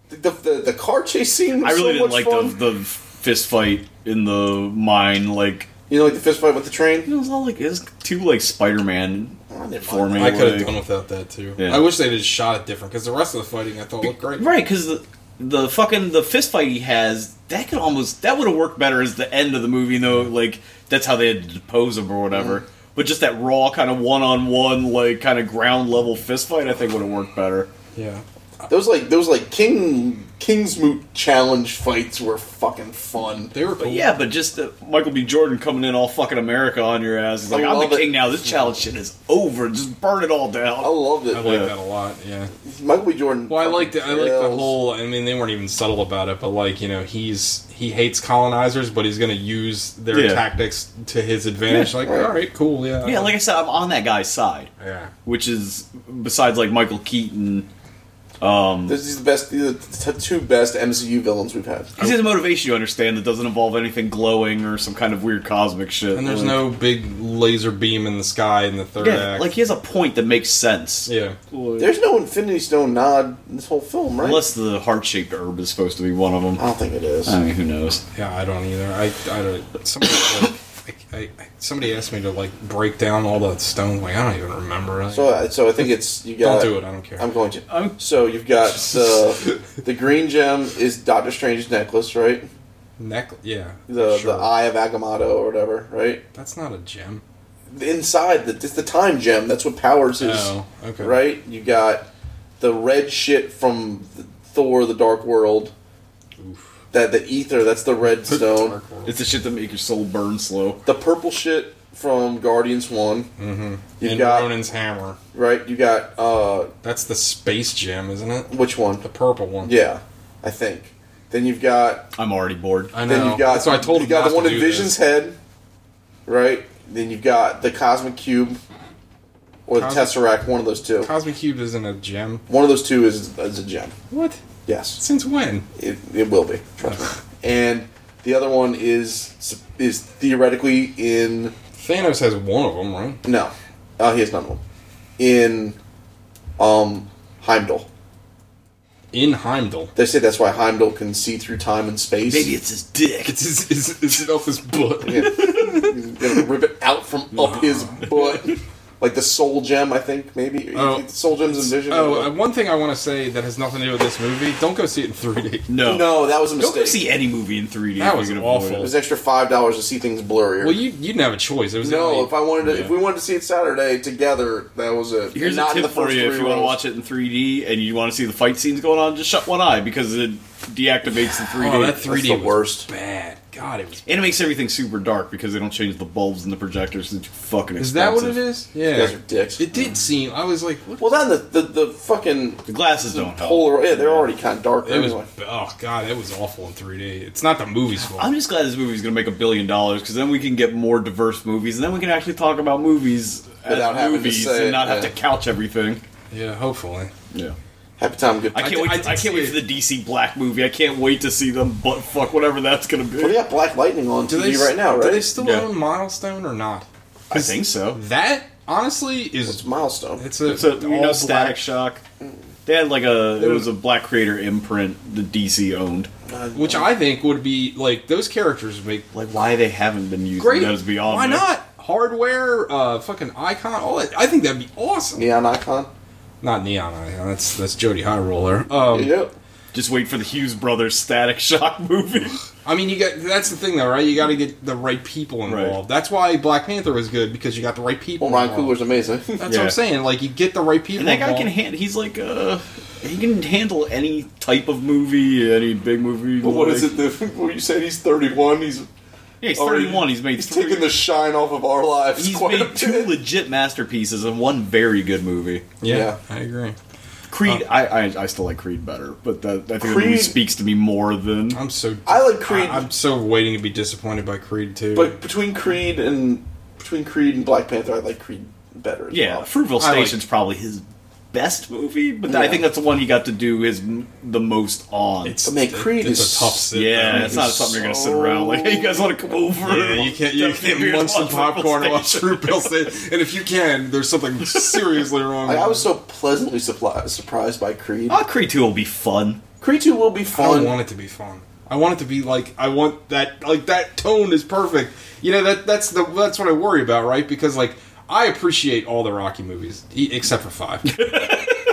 the the the car chase scene. Was I really so didn't much like fun. the the fist fight in the mine. Like You know, like the fist fight with the train. it was all like it was too like Spider Man I didn't mind for me. I could have like- done without that too. Yeah. I wish they had shot it different because the rest of the fighting I thought looked great. Right, because the, the fucking the fist fight he has that could almost that would have worked better as the end of the movie though. Like that's how they had to depose him or whatever. But just that raw kind of one on one like kind of ground level fist fight, I think would have worked better. Yeah, Those like those like King Kingsmoot challenge fights were fucking fun. they were cool. But yeah, but just uh, Michael B. Jordan coming in all fucking America on your ass. He's like, I I'm love the it. king now. This challenge shit is over. Just burn it all I down. loved I it. like Yeah. that a lot. Yeah. Michael B. Jordan. Well, I liked it. I liked the kills. whole. I mean, they weren't even subtle about it, but like you know, he's he hates colonizers, but he's going to use their Yeah. tactics to his advantage. Yeah. Like, all right, cool, yeah, Yeah, like I said, I'm on that guy's side, yeah. which is besides like Michael Keaton. This is the best. These are the t- two best MCU villains we've had. He's has a motivation you understand that doesn't involve anything glowing or some kind of weird cosmic shit. And there's Like- no big laser beam in the sky in the third yeah, act. like he has a point that makes sense. yeah. There's no Infinity Stone nod in this whole film, right? Unless the heart shaped herb is supposed to be one of them. I don't think it is. I mean, who knows? Yeah, I don't either. I, I don't. Somebody, like, I, I, somebody asked me to like break down all the stones. Like I don't even remember. Like, So, uh, so I think it's you don't got. do it. I don't care. I'm going to. I'm- so you've got the the green gem is Doctor Strange's necklace, right? Neck. Yeah. The sure. the Eye of Agamotto or whatever, right? That's not a gem. Inside the it's the time gem. That's what powers his. Oh. Okay. Right? You got the red shit from th- Thor: The Dark World. That the ether. That's the red stone. Dark World. It's the shit that makes your soul burn slow. The purple shit from Guardians One. Mm-hmm. You and got Ronin's hammer. right. You got uh, That's the space gem, isn't it? which one? The purple one. Yeah, I think. Then you've got I'm already bored. I know. then you've got so I told you him got not the one to in do Vision's this. head, right? Then you've got the cosmic cube or the Cosmic- tesseract. One of those two. Cosmic cube isn't a gem. one of those two is, is a gem. What? Yes, Since when? it, it will be. Trust me. And the other one is is theoretically in Thanos has one of them, right? no, uh, he has none of them in um Heimdall. In Heimdall. They say that's why Heimdall can see through time and space. Maybe it's his dick. It's his, is, is it off his butt? Yeah. He's gonna rip it out from up his butt. Like the soul gem, I think, maybe. Oh. The soul gem's in vision. Oh, uh, one thing I want to say that has nothing to do with this movie: don't go see it in 3D. no. no, that was a Don't mistake. go see any movie in 3D. That if was you can avoid awful. it it. was an extra five dollars to see things blurrier. Well, you you didn't have a choice. It was no, only- if I wanted to, Yeah. if we wanted to see it Saturday together, that was it. Here's Not a in tip the for first you if three you want to rows. watch it in 3D and you want to see the fight scenes going on, just shut one eye because it deactivates the 3D. oh, that 3D the was worst. Bad. God, it was. And it makes everything super dark because they don't change the bulbs and the projectors. It's fucking expensive. Is that what it is? Yeah. You guys are dicks. It did seem. I was like, what? Well, then the, the the fucking The glasses don't help. polar. Yeah, they're already kind of darker it was. anyway. Oh God, that was awful in 3D. It's not the movie's fault. I'm just glad this movie's going to make a billion dollars because then we can get more diverse movies and then we can actually talk about movies Without as having to movies say and it, not have yeah. to couch everything. yeah, hopefully. Yeah. Happy time, good. I time. can't I wait. did- to- I I, did can't wait see for the DC Black movie. I can't wait to see them. But fuck, whatever that's gonna be. Well, they got Black Lightning on Do they TV right now, Do they right? still Yeah. own Milestone or not? I think so. That honestly is. It's milestone. It's a, So you all know, black- Static Shock. They had like a it was a black creator imprint that DC owned. Uh, Which I think would be like those characters would make Like why they haven't been using great. those beyond? Why me. not? Hardware, uh, fucking icon, all that. I think that'd be awesome. Neon Icon. Not neon icon. That's that's Jody High Roller. Um, Yep. Just wait for the Hughes Brothers Static Shock movie. I mean, you got that's the thing though, right? You got to get the right people involved. Right. That's why Black Panther was good because you got the right people. Well, Ryan involved. Coogler's amazing. uh, That's Yeah. what I'm saying. Like you get the right people. And that guy can involved. hand. He's like uh, he can handle any type of movie, any big movie. But what like- is it? The, well, you said he's 31. He's Yeah, he's already- thirty-one. He's made he's three. taking the shine off of our lives. he's quite a made two bit. legit masterpieces and one very good movie. Yeah, Yeah. I agree. Creed, I, I I still like Creed better, but that I think the movie Creed- speaks to me more than I'm so. I like Creed. I, am so waiting to be disappointed by Creed too. But between Creed and between Creed and Black Panther, I like Creed better. As yeah. well. Fruitville I like- Station's probably his best movie, but Yeah. I think that's the one he got to do his m- the most on. it's But man, Creed it's is a tough sit. yeah, though. it's not something you're gonna sit around like. Hey, you guys want to come over? Yeah, you can't you can't munch some popcorn and watch Fruitvale Station. And if you can, there's something seriously wrong. Like, with I was it. so pleasantly suppli- surprised by Creed. Oh, Creed Two will be fun. Creed Two will be Uh, I fun. want it to be fun. I want it to be like I want that like that tone is perfect. You know that that's the that's what I worry about, right? Because like I appreciate all the Rocky movies e- except for five.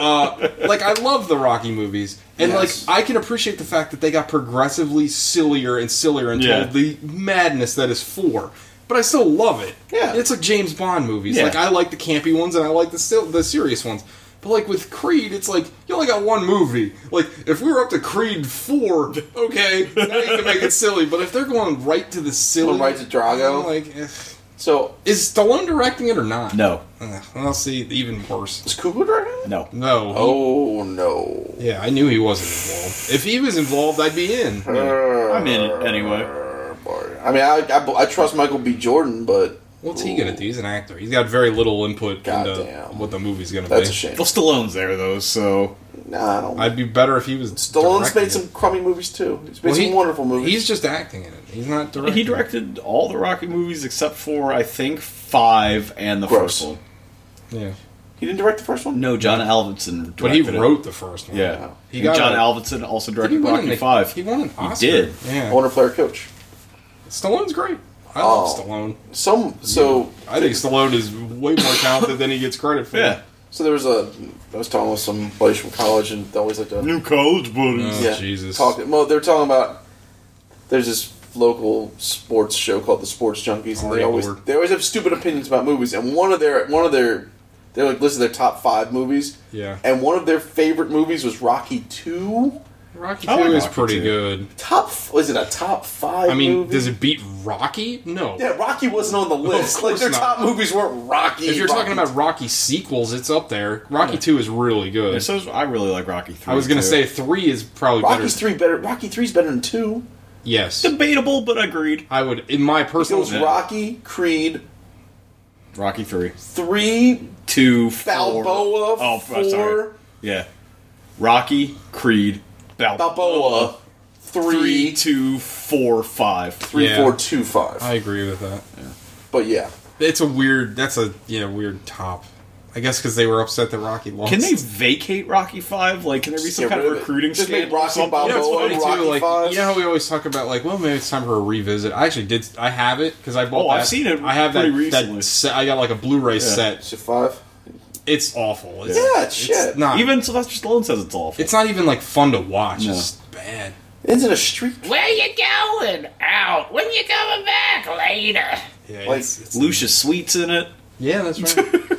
uh, like I love the Rocky movies, and Yes. like I can appreciate the fact that they got progressively sillier and sillier until Yeah. the madness that is four. But I still love it. Yeah. it's like James Bond movies. Yeah. Like I like the campy ones and I like the sil- the serious ones. But like with Creed, it's like you only got one movie. Like if we were up to Creed four, okay, now you can make it silly. But if they're going right to the silly, Going right to Drago? I'm like eh. So is Stallone directing it or not? No, Ugh, I'll see. Even worse. is Coogler directing? no. No. Oh no. Yeah, I knew he wasn't involved. If he was involved, I'd be in. I'm in it anyway. Boy. I mean, I, I, I trust Michael B. Jordan, but What's he gonna do? He's an actor. He's got very little input into Goddamn. what the movie's gonna that's a be. shame. Well, Stallone's there though, so Nah, I don't. I'd be better if he was. Stallone's directing made it. some crummy movies too. He's made Well, some he- wonderful movies. He's just acting in it. He's not directing. he it. directed all the Rocky movies except for I think five and the Gross. first one. Yeah, he didn't direct the first one. No, John Alvinson. Directed but he it. wrote the first one. Yeah, He And got John a- Alvinson also Did he directed win Rocky an, Five. He won an Oscar. did. Yeah. Owner player coach. Stallone's great. I love Oh. Stallone. Some so I think Stallone is way more talented than he gets credit for. yeah, so there was a I was talking with some buddies from college and they always like to new college buddies. Oh, Jesus. Talking, well, they're talking about there's this local sports show called the Sports Junkies, and Already they always bored. they always have stupid opinions about movies. And one of their one of their they like list of their top five movies. Yeah. And one of their favorite movies was Rocky Two. Rocky I like Two is Rocky pretty too. good. Top f- was it a top five? I mean, movie? does it beat Rocky? No. Yeah, Rocky wasn't on the list. like course their not. top movies weren't Rocky. If you're Rocky talking about Rocky sequels, it's up there. Rocky Two is really good. Yeah, so is- I really like Rocky Three. I was gonna too. say three is probably Rocky's better. three better. Rocky three's better than two. Yes, debatable, but agreed. I would. In my It personal, was Rocky, Creed, Rocky Three, three, two, four. Balboa, Oh, f- four, sorry. Yeah, Rocky, Creed, Bal- Balboa, three, three, two, four, five. three, Yeah. four, two, five. I agree with that. But yeah, It's a weird. That's a yeah weird top. I guess because they were upset that Rocky lost. Can they vacate Rocky Five? Like, can there be Just some get kind of rid of it. recruiting Just make scandal? or Rocky something? You know, it's Balboa. funny Rocky too. Like Five? you know how we always talk about like, well, maybe it's time for a revisit. I actually did. I have it because I bought. Oh, I've that- seen it I have that. pretty recently. That set, I got like a Blu-ray set. shit, five. It's awful. It's, Yeah, it's shit. Not even. Even Sylvester Stallone says it's awful. It's not even like fun to watch. No. It's just bad. Ends in a street. Where you going? Out. When you coming back? Later. Yeah, Like, it's, it's, Lucius Sweet's in it. yeah, that's right.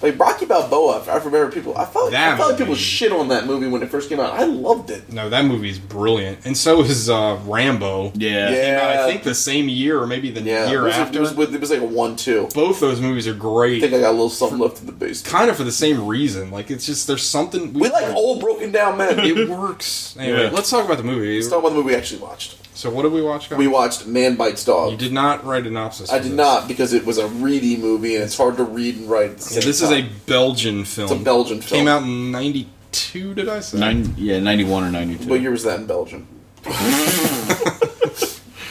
Like Rocky Balboa, I remember people. I felt, I That felt like people movie. shit on that movie when it first came out. I loved it. no, that movie's brilliant, and so is uh, Rambo. Yeah. Yeah. Came out, I think the same year or maybe the Yeah, it year was, after. it was, with- it was like a one-two. I Both those movies are great. think I got a little something left in the basement. kind of for the same reason. Like it's just there's something We like old, broken down men. Let's It works. Anyway, Yeah. let's talk about the movie. talk about the movie we actually watched. So what did we watch? Guys? We watched Man Bites Dog. you did not write an synopsis. I for did this. not because it was a reedy movie and it's hard to read and write. At the Yeah, same this is a time. Belgian film. It's a Belgian Came film. out in '92. Did I say? Nine, yeah, 91 or 92. What year was that in Belgium? uh,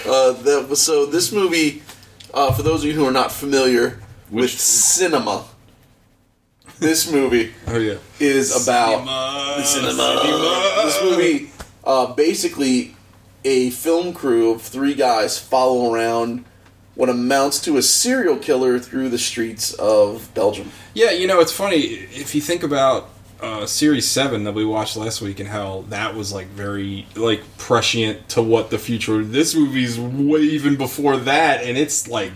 that was, so this movie, uh, for those of you who are not familiar with Which- cinema, this movie Oh yeah. is about this movie uh, basically a film crew of three guys follow around what amounts to a serial killer through the streets of Belgium. Yeah, you know, it's funny if you think about uh, Series 7 that we watched last week and how that was like very like prescient to what the future this movie's way even before that and it's like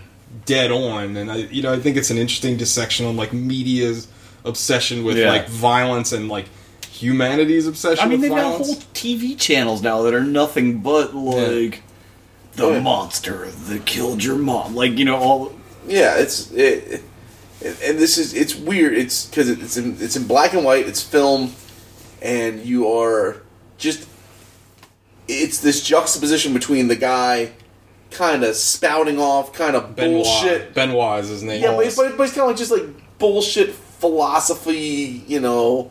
dead on and I you know, I think it's an interesting dissection on like media's obsession with Yeah. like violence and like humanity's obsession I with mean, they've got violence. whole TV channels now that are nothing but like the Oh, yeah. monster that killed your mom. Like you know, all Yeah, it's it, it and this is it's weird. It's because it's in it's in black and white. It's film, and you are just it's this juxtaposition between the guy kind of spouting off, kind of Benoit. bullshit. Benoit is his name. Yeah, but it's, but, but it's kind of like just like bullshit philosophy, you know,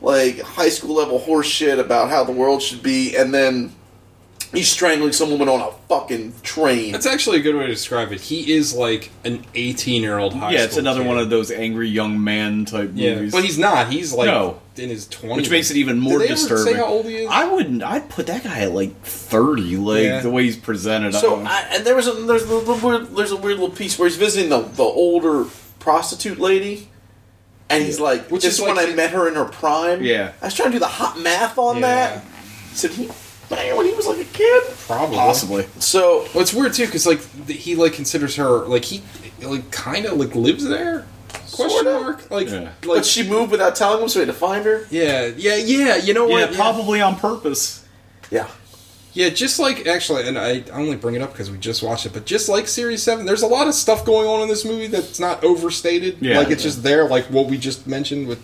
like high school level horse shit about how the world should be, and then he's strangling some woman on a fucking train. That's actually a good way to describe it. He is like an 18 year old high yeah, it's school another kid. one of those angry young man type Yeah, movies. but he's not. He's like No. in his twenties, which makes it even more Did they disturbing. Ever say how old he is? I wouldn't. I'd put that guy at like thirty. Like Yeah. the way he's presented. so, don't- I, and there was a, there's a little weird, there's a weird little piece where he's visiting the, the older prostitute lady. And he's like, Which just is when like- I met her in her prime. Yeah. I was trying to do the hot math on Yeah. that. Said he, man, when he was like a kid. Probably. possibly. So Well, it's weird too, because like th- he like considers her like he like kind of like lives there. Question Sorta. mark. Like, Yeah. like but she moved without telling him, so we had to find her. Yeah, yeah, yeah. You know Yeah, what? probably on purpose. Yeah. Yeah, just like actually, and I I only bring it up because we just watched it, but just like Series Seven, there's a lot of stuff going on in this movie that's not overstated. Yeah. like it's just there, like what we just mentioned with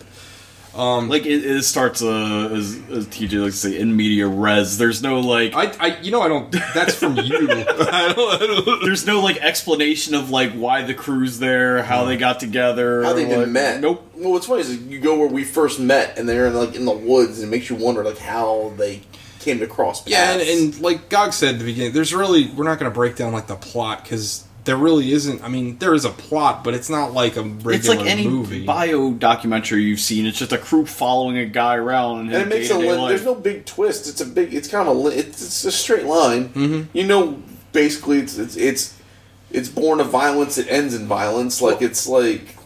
Um, Like it, it starts uh, as, as TJ likes to say in media res. There's no like I. I you know I don't. That's from you. I don't- I don't- There's no like explanation of like why the crew's there, how they got together, How they like, even met? Nope. Well, what's funny is you go where we first met, and they're in, like in the woods, and it makes you wonder like how they came to cross paths. Yeah, and, and like Gog said at the beginning, there's really we're not going to break down like the plot because there really isn't. I mean, there is a plot, but it's not like a regular It's like any movie. bio documentary you've seen. It's just a crew following a guy around, and, his And it makes a day-to-day li- life. there's no big twist. It's a big. It's kind of a. Li- it's, it's a straight line. Mm-hmm. You know, basically, it's it's it's it's born of violence. It ends in violence. Like it's like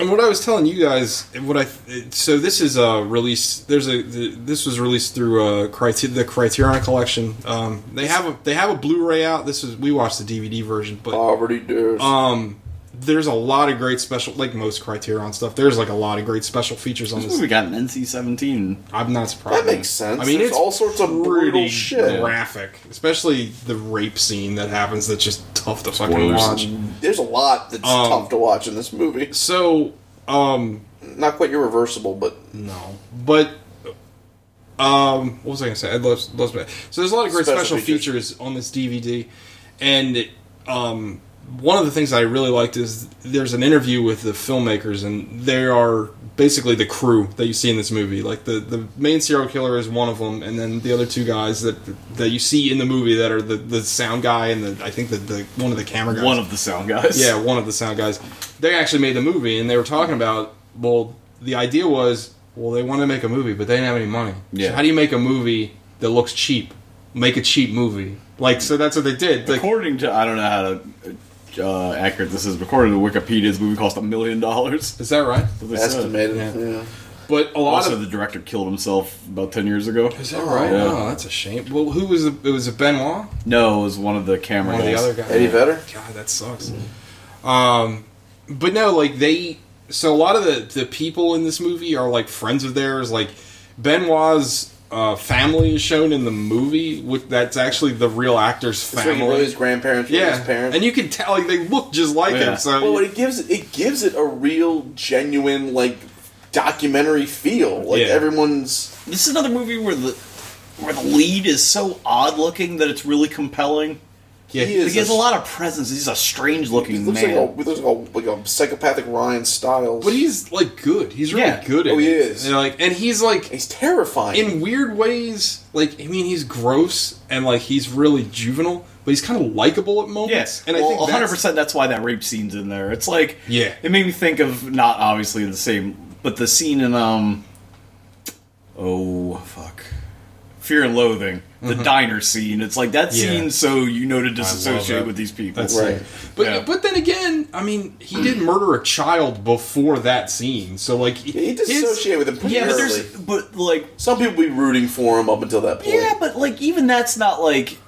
and what I was telling you guys, what I so this is a release. There's a th- this was released through uh, Criter- the Criterion Collection. Um, they have a they have a Blu-ray out. This is we watched the DVD version, but poverty. Does. um, there's a lot of great special like most Criterion stuff. There's like a lot of great special features on This this. movie got an NC-17. I'm not surprised. That makes sense. I mean, There's it's all sorts of brutal pretty shit. graphic, especially the rape scene that happens. That's just tough to fucking Spoilers. watch. There's a lot that's um, tough to watch in this movie. So, um, Not quite irreversible, but no, but um, what was I gonna say? I lost, lost my. So there's a lot of great Special special, features. features. on this DVD, and um, one of the things I really liked is there's an interview with the filmmakers, and they are basically the crew that you see in this movie. Like the the main serial killer is one of them, and then the other two guys that that you see in the movie that are the the sound guy and the I think the, the one of the camera guys. One of the sound guys. Yeah, one of the sound guys. They actually made the movie, and they were talking about well, the idea was well, they wanted to make a movie, but they didn't have any money. Yeah. So how do you make a movie that looks cheap? Make a cheap movie. Like so, that's what they did. Like, According to I don't know how to uh, accurate this is. but According to Wikipedia, this movie cost a million dollars. is that right? That's what they said. estimated. yeah. yeah. But a lot Also, of the director killed himself about ten years ago. is that right? Yeah. Oh, that's a shame. Well, who was the, it? Was it Benoit? No, it was one of the camera One of the guys. other guys. Eddie Vedder. God, that sucks. Um, but no, like they. So a lot of the the people in this movie are like friends of theirs. Like Benoit's uh, family is shown in the movie. With that's actually the real actor's It's like family. really his grandparents, really yeah, his parents. and you can tell like they look just like Yeah. him. So well, it gives it, it gives it a real, genuine like documentary feel. Like Yeah. everyone's This is another movie where the where the lead is so odd looking that it's really compelling. yeah, he is- Like, he has a lot of presence. He's a strange looking looks man. like a, looks like a like a psychopathic Ryan Styles. but he's like good. He's really Yeah. good. At Oh, he it. is. And, like, and he's like he's terrifying. in weird ways, like I mean, he's gross and like he's really juvenile, but he's kind of likable at moments. yes, and well, I think hundred that's- percent. That's why that rape scene's in there. It's like Yeah. it made me think of not obviously the same But the scene in um, oh fuck, Fear and Loathing, the diner scene. It's like that Mm-hmm. Yeah. scene, so you know to that. disassociate with these people. That's Right. right. But Yeah. but then again, I mean, he did murder a child before that scene, so like He disassociated with him pretty yeah, but early. there's but like Some people be rooting for him up until that point. yeah, but like even that's not like. he-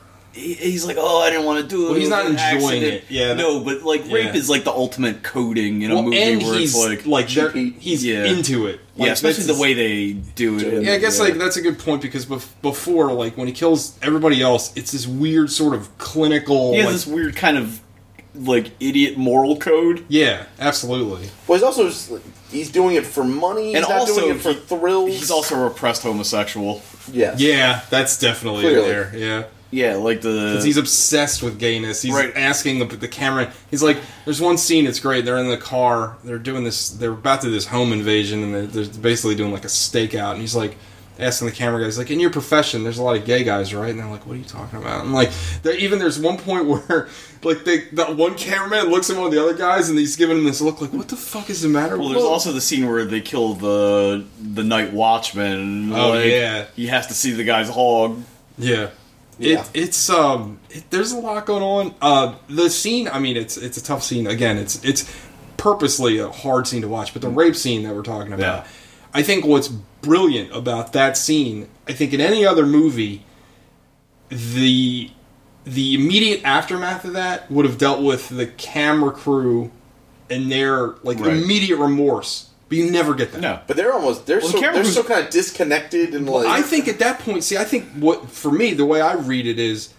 He's like, oh, I didn't want to do it. Well, he's It was not an enjoying accident." it. Yeah, that- no, but like rape Yeah. is like the ultimate coding in a well, movie and where he's it's like, like, they're- cheapy. he's Yeah. into it. Like, yeah, especially that's the his- way they do it. Yeah, I guess like that's a good point because bef- before, like when he kills everybody else, it's this weird sort of clinical. He has like- this weird kind of like idiot moral code. yeah, absolutely. Well, he's also just, like, he's doing it for money. He's And not also, doing it for he- thrills. He's also a repressed homosexual. yes. Yeah, that's definitely Clearly. there. Yeah. Yeah, like the Because he's obsessed with gayness. He's Right. asking the, the camera. He's like, there's one scene. It's great. They're in the car. They're doing this. They're about to do this home invasion, and they're, they're basically doing like a stakeout. And he's like asking the camera guys, like, in your profession, there's a lot of gay guys, right? And they're like, what are you talking about? And like, there even there's one point where like they, that one cameraman looks at one of the other guys, and he's giving him this look, like, what the fuck is the matter? well, with there's you?" also the scene where they kill the the night watchman. Oh, like, yeah. he has to see the guy's hog. Yeah. Yeah. It, it's um it, there's a lot going on. Uh the scene, I mean it's it's a tough scene again. It's it's purposely a hard scene to watch, but the rape scene that we're talking about. Mm. Yeah. I think what's brilliant about that scene, I think in any other movie the the immediate aftermath of that would have dealt with the camera crew and their like Right. immediate remorse. But you never get that. No, But they're almost they're Well, the so camera they're was- so kind of disconnected and like I think at that point, see, I think what for me the way I read it is,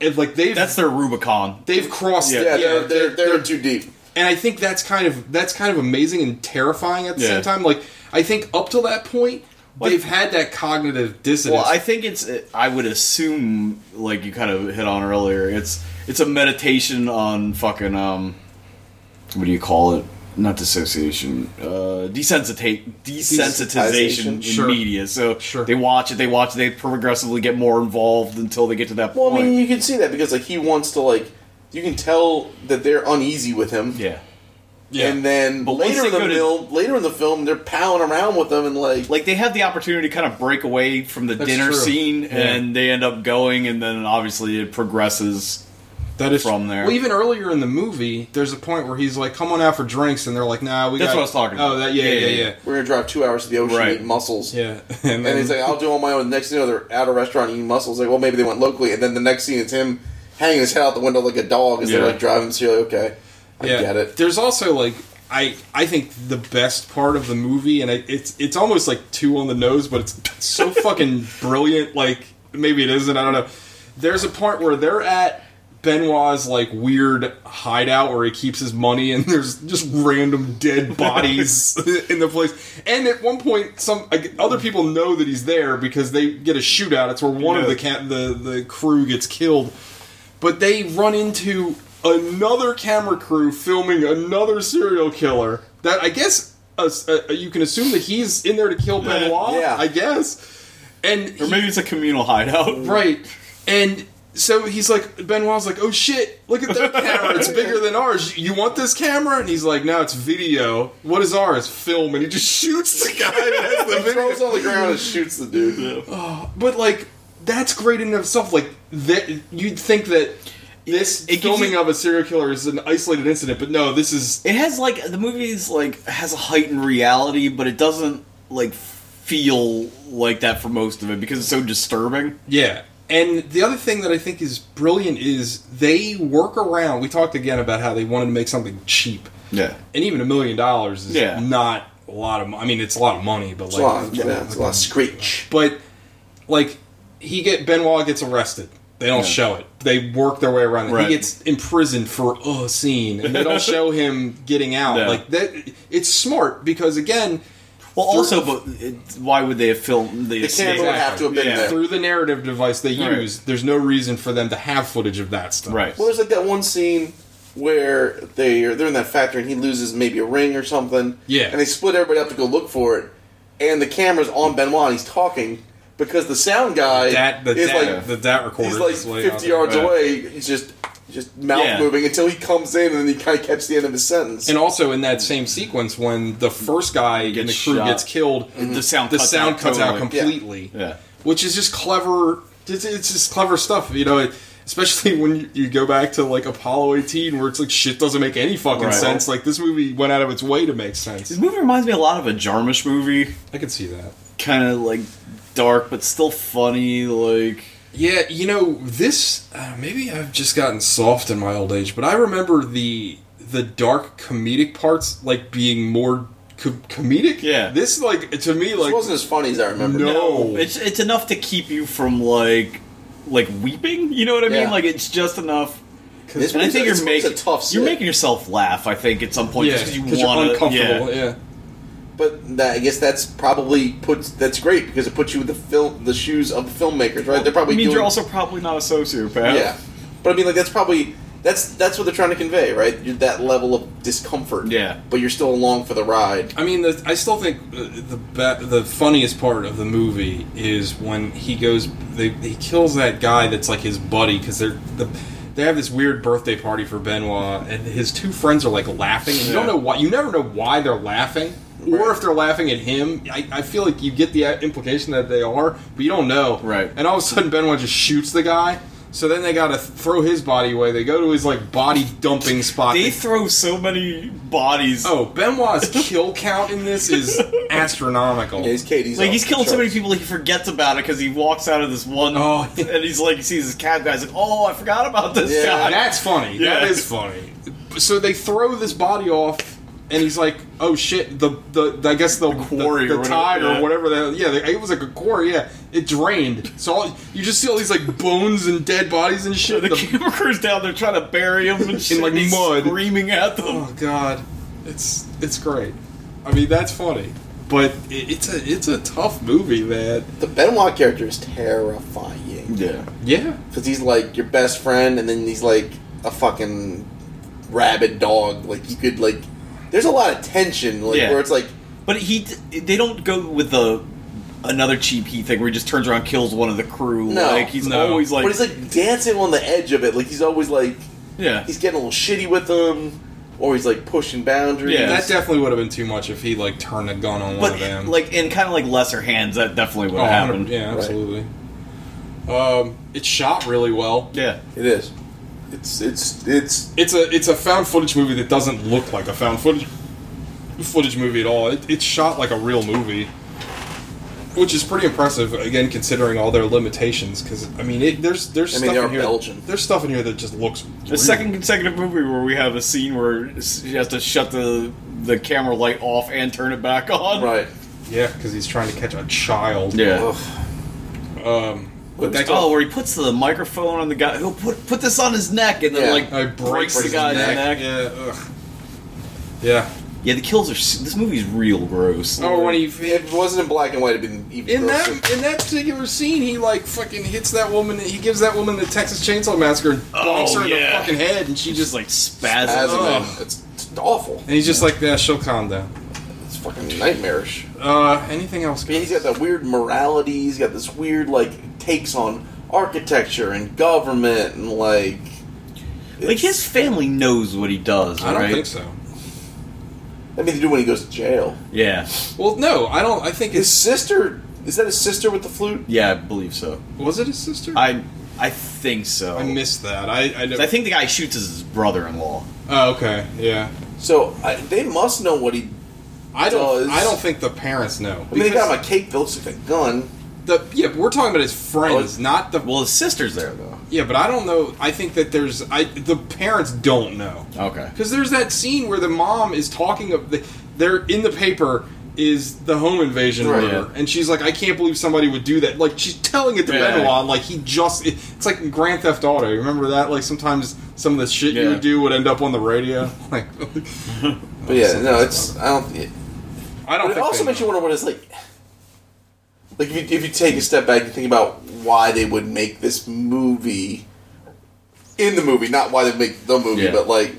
if like they've that's their Rubicon. they've crossed yeah, yeah, they're, they're, they're, too deep. and i think that's kind of that's kind of amazing and terrifying at the Yeah. same time like i think up till that point they've had that cognitive dissonance Well, I think it's. I would assume, like you kind of hit on earlier, it's it's a meditation on fucking um, what do you call it? Not dissociation, uh, desensita- desensitization in Sure. media. So Sure. they watch it, they watch it, they progressively get more involved until they get to that Well, I point. mean, you can see that because like he wants to like you can tell that they're uneasy with him. yeah, yeah. And then But once later in they the go to- film, later in the film, they're palling around with them and like, like they have the opportunity to kind of break away from the That's dinner true. scene, Yeah. and they end up going, and then obviously it progresses. that is from there. well even earlier in the movie there's a point where he's like come on out for drinks and they're like nah we That's got- what I was talking about. oh that yeah yeah Yeah, yeah yeah, yeah, we're gonna drive two hours to the ocean Right. and eat mussels. and, And he's like, I'll do it on my own. The next thing you know, they're at a restaurant eating mussels. Like, well, maybe they went locally. And then the next scene is him hanging his head out the window like a dog as Yeah. they're like driving. So you're like, okay, I get it. There's also like I I think the best part of the movie, and I, it's it's almost like two on the nose, but it's so fucking brilliant. Like maybe it isn't. I don't know. There's a part where they're at Benoit's like weird hideout where he keeps his money, and there's just random dead bodies in the place. And at one point, some like, other people know that he's there because they get a shootout. It's where one of Yeah. the cat the the crew gets killed but they run into another camera crew filming another serial killer that I guess uh, uh, you can assume that he's in there to kill Benoit. Yeah. I guess. And Or he- maybe it's a communal hideout. right, and so he's like Benoit's like, oh shit, look at their camera, it's bigger than ours. You want this camera? And he's like, no, it's video. What is ours? Film. And he just shoots the guy that has the He video throws on the ground and shoots the dude. but like that's great in and of itself. Like that, you'd think that this It- it gives filming you- of a serial killer is an isolated incident, but no, this is It has like the movie's like has a heightened reality, but it doesn't like feel like that for most of it because it's so disturbing. yeah. And the other thing that I think is brilliant is they work around. We talked again about how they wanted to make something cheap, Yeah. and even a million dollars is Yeah. not a lot of. mo- I mean, it's a lot of money, but It's like a lot, yeah, it's a lot of screech. But like he get Benoit gets arrested. They don't Yeah. show it. They work their way around it. Right. He gets imprisoned for a scene, and they don't show him getting out. Yeah. Like that, it's smart because again, Well, also, but it, why would they have filmed the, The escape? camera would have to have been Yeah. there. through the narrative device they Right. use, there's no reason for them to have footage of that stuff. Right. Well, there's like that one scene where they are, they're in that factory and he loses maybe a ring or something. Yeah. And they split everybody up to go look for it, and the camera's on Benoit. and He's talking because the sound guy That the is dat, like the dat recorder he's is like way out 50 there. yards Yeah. away. He's just just mouth Yeah. moving until he comes in and then you kind of catch the end of his sentence. And also in that same sequence, when the first guy in the Gets crew shot. gets killed, The sound the cuts sound out cuts out totally. completely. Yeah. which is just clever. It's, it's just clever stuff, you know. it- Especially when you, you go back to like Apollo 18, where it's like shit doesn't make any fucking Right. sense. Like this movie went out of its way to make sense. This movie reminds me a lot of a Jarmusch movie. I can see that. Kind of like dark, but still funny. Like Yeah, you know this. Uh, maybe I've just gotten soft in my old age, but I remember the the dark comedic parts like being more co- comedic. Yeah. this like to me this like wasn't as funny as I remember. no, it's it's enough to keep you from like like weeping. You know what I mean? Yeah. Like it's just enough. This and I one's think a- you're this one's making a tough. sit. you're making yourself laugh. I think at some point yeah, just 'cause because you you are want to. uncomfortable. yeah. But that, I guess that's probably puts that's great because it puts you in the film the shoes of the filmmakers, right? They're probably means doing, you're also probably not a sociopath. yeah. But I mean, like that's probably that's that's what they're trying to convey, right? You're that level of discomfort, Yeah. But you're still along for the ride. I mean, the, I still think uh, the ba- the funniest part of the movie is when he goes, they, he kills that guy that's like his buddy because they're the, they have this weird birthday party for Benoit, and his two friends are like laughing. And you don't Yeah. know why. You never know why they're laughing, or Right. if they're laughing at him. I, I feel like you get the uh, implication that they are, but you don't know. Right. And all of a sudden, Benoit just shoots the guy. So then they gotta throw his body away. They go to his like body dumping spot. They throw so many bodies. Oh, Benoit's kill count in this is astronomical. Yeah, he's Katie's Like off he's the killed so many charts. people he forgets about it because he walks out of this one Oh. and he's like he sees his cab guy he's like oh I forgot about this Yeah. guy That's funny. Yeah. That is funny. So they throw this body off, and he's like, "Oh shit!" The the, I guess the, quarry the, the or whatever, tide yeah. or whatever. The, yeah, the, it was like a quarry. Yeah, it drained. So all, you just see all these like bones and dead bodies and So shit. the, The- camera crew's down there trying to bury him and shit, like, and he's mud. screaming at them oh god, it's it's great. I mean, that's funny, but it, it's a it's a tough movie, man. The Benoit character is terrifying yeah Yeah, because he's like your best friend, and then he's like a fucking rabid dog. Like you could like, there's a lot of tension, like Yeah. where it's like, but he they don't go with the another cheap heat thing where he just turns around and kills one of the crew No. like he's No. always like, but he's like dancing on the edge of it. Like he's always like yeah he's getting a little shitty with them, or he's like pushing boundaries. Yeah. that definitely would have been too much if he like turned a gun on one but of them. like in kind of like lesser hands that definitely would Oh, have hundred- happened Yeah, absolutely. Um, it's shot really well. yeah It is. It's it's it's It's a it's a found footage movie that doesn't look like a found footage footage movie at all. It, it's shot like a real movie, which is pretty impressive. Again, considering all their limitations, because I mean, it, there's there's I mean, stuff they are in here. Belgian. There's stuff in here that just looks. The second consecutive movie where we have a scene where she has to shut the the camera light off and turn it back on. right. yeah, because he's trying to catch a child. Yeah. Um, but that oh, where he puts the microphone on the guy. He'll put put this on his neck and then Yeah. like guy Oh, breaks, the Oh, his guy's neck. Yeah. Yeah. Ugh. Yeah. the kills are. s- This movie's real gross. Oh, when he If it wasn't in black and white, it'd been even In grosser. that in that particular scene, he like fucking hits that woman. He gives that woman the Texas Chainsaw Massacre and bonks Oh, her in the yeah. fucking head, and she he just just like. like spasms. As in, Oh. Ugh. it's, it's awful. And he's just like, yeah, she'll calm down. It's fucking nightmarish. Uh, anything else? I mean, he's got that weird morality. He's got this weird like takes on architecture and government and like like his family knows what he does. I don't right? think so. I mean, they do when he goes to jail. Yeah, Well, no, I don't. I think His it's sister is that his sister with the flute? yeah, I believe so. was it his sister. I I think so. I missed that. I I, never, I think the guy shoots is his brother-in-law. Oh, okay. Yeah. So I, they must know what he. I don't. Does- I don't think the parents know. I mean, they got Because him a cake that looks like a gun. the yeah. But we're talking about his friends, Oh, not the. Well, his sister's there though. Yeah, but I don't know. I think that there's. I the parents don't know. Okay. Because there's that scene where the mom is talking of the, they're in the paper is the home invasion Right. murder, and she's like, I can't believe somebody would do that. Like she's telling it to Yeah. Benoit, like he just it- it's like in Grand Theft Auto. You remember that? Like sometimes some of the shit Yeah. you would do would end up on the radio. Like, But yeah, no, it's I don't. It, I don't. but it think also they makes you know. wonder what it's like. Like if you, if you take a step back and think about why they would make this movie, in the movie, not why they make the movie, Yeah. but like,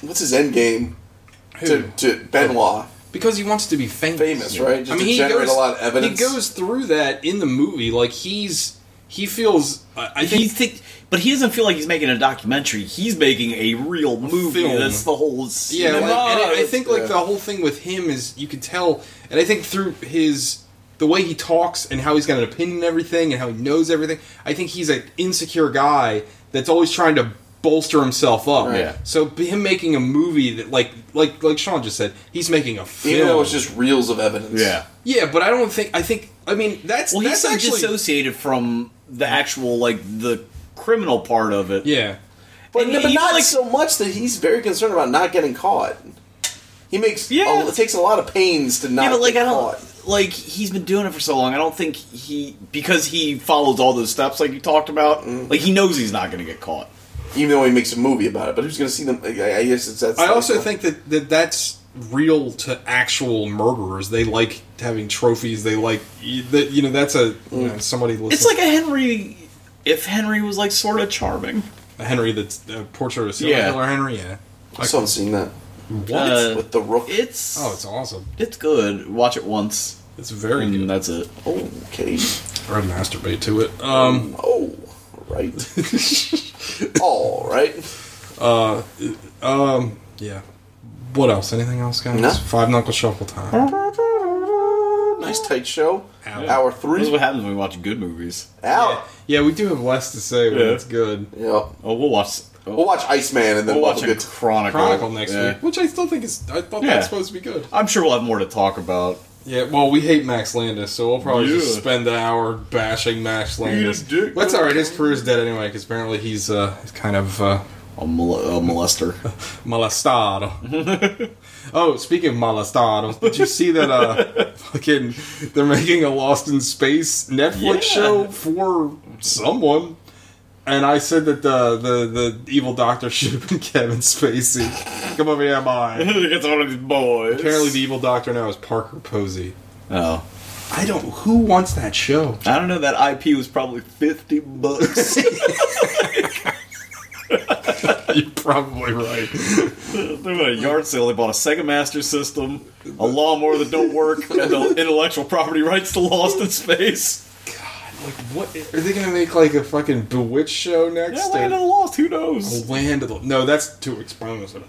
what's his end game to, Who? to Benoit? because he wants to be famous. Famous, right? Just to generate a lot of evidence. He goes through that in the movie. Like he's he feels. I I He think think, but he doesn't feel like he's making a documentary. He's making a real movie. film. That's the whole. Yeah, cinema. like, and I, I think like yeah. the whole thing with him is you can tell, and I think through his the way he talks and how he's got an opinion and everything and how he knows everything. I think he's an insecure guy that's always trying to bolster himself up. Right. Yeah. So b- him making a movie that like like like Sean just said, he's making a film. Even though it's just reels of evidence. yeah. yeah, but I don't think I think I mean that's Well, he's that's so actually dissociated from the actual like the criminal part of it. yeah. But, And no, but he's not like- so much that he's very concerned about not getting caught. He makes Yeah. a- it takes a lot of pains to not yeah, but like get I don't caught. like he's been doing it for so long. I don't think he because he follows all those steps like you talked about. Mm-hmm. Like he knows he's not going to get caught. Even though he makes a movie about it, but who's going to see them? I, I guess it's that's. I also think that, that that's real to actual murderers. They like having trophies. They like y- that. You know, that's a you know, somebody. Listening. It's like a Henry. If Henry was like sort of charming, a Henry that's a portrait of a serial Yeah. killer Henry. Yeah. I still haven't seen that What? Uh, with the rook. it's oh, it's awesome. it's good. Watch it once, It's very and good. that's it. Oh, Okay. Mm. Or masturbate to it. Um, Oh, right. All right. um, yeah. What else? Anything else, guys? No. Five knuckle shuffle time. Nice tight show. Ow. Hour This is three. what happens when we watch good movies. Out. Yeah, we do have less to say, but Yeah. it's good. Yeah. Oh, we'll watch. Oh, We'll watch Iceman and then we'll we'll watch have a a good. Chronicle. Chronicle next Yeah. week, which I still think is. I thought Yeah. that's supposed to be good. I'm sure we'll have more to talk about. Yeah, well, we hate Max Landis, so we'll probably just Yeah. spend an hour bashing Max Landis. dick. That's all right. His career's dead anyway, because apparently he's uh, he's kind of uh, A, mol- a molester. molestado. oh, speaking of molestado, did you see that? Uh, fucking, they're making a Lost in Space Netflix Yeah. show for someone. And I said that the the, the evil doctor should have been Kevin Spacey. Come over here, boy. it's one of these boys. Apparently, the evil doctor now is Parker Posey. Oh. I don't. Who wants that show? I don't know. That IP was probably fifty bucks. You're probably right. they went to a yard sale. They bought a Sega Master System, a lawnmower that don't work, and the intellectual property rights to Lost in Space. Like, what are they gonna make like a fucking Bewitched show next? Yeah, Land of or- the Lost. Who knows? Land of the no, that's too expensive.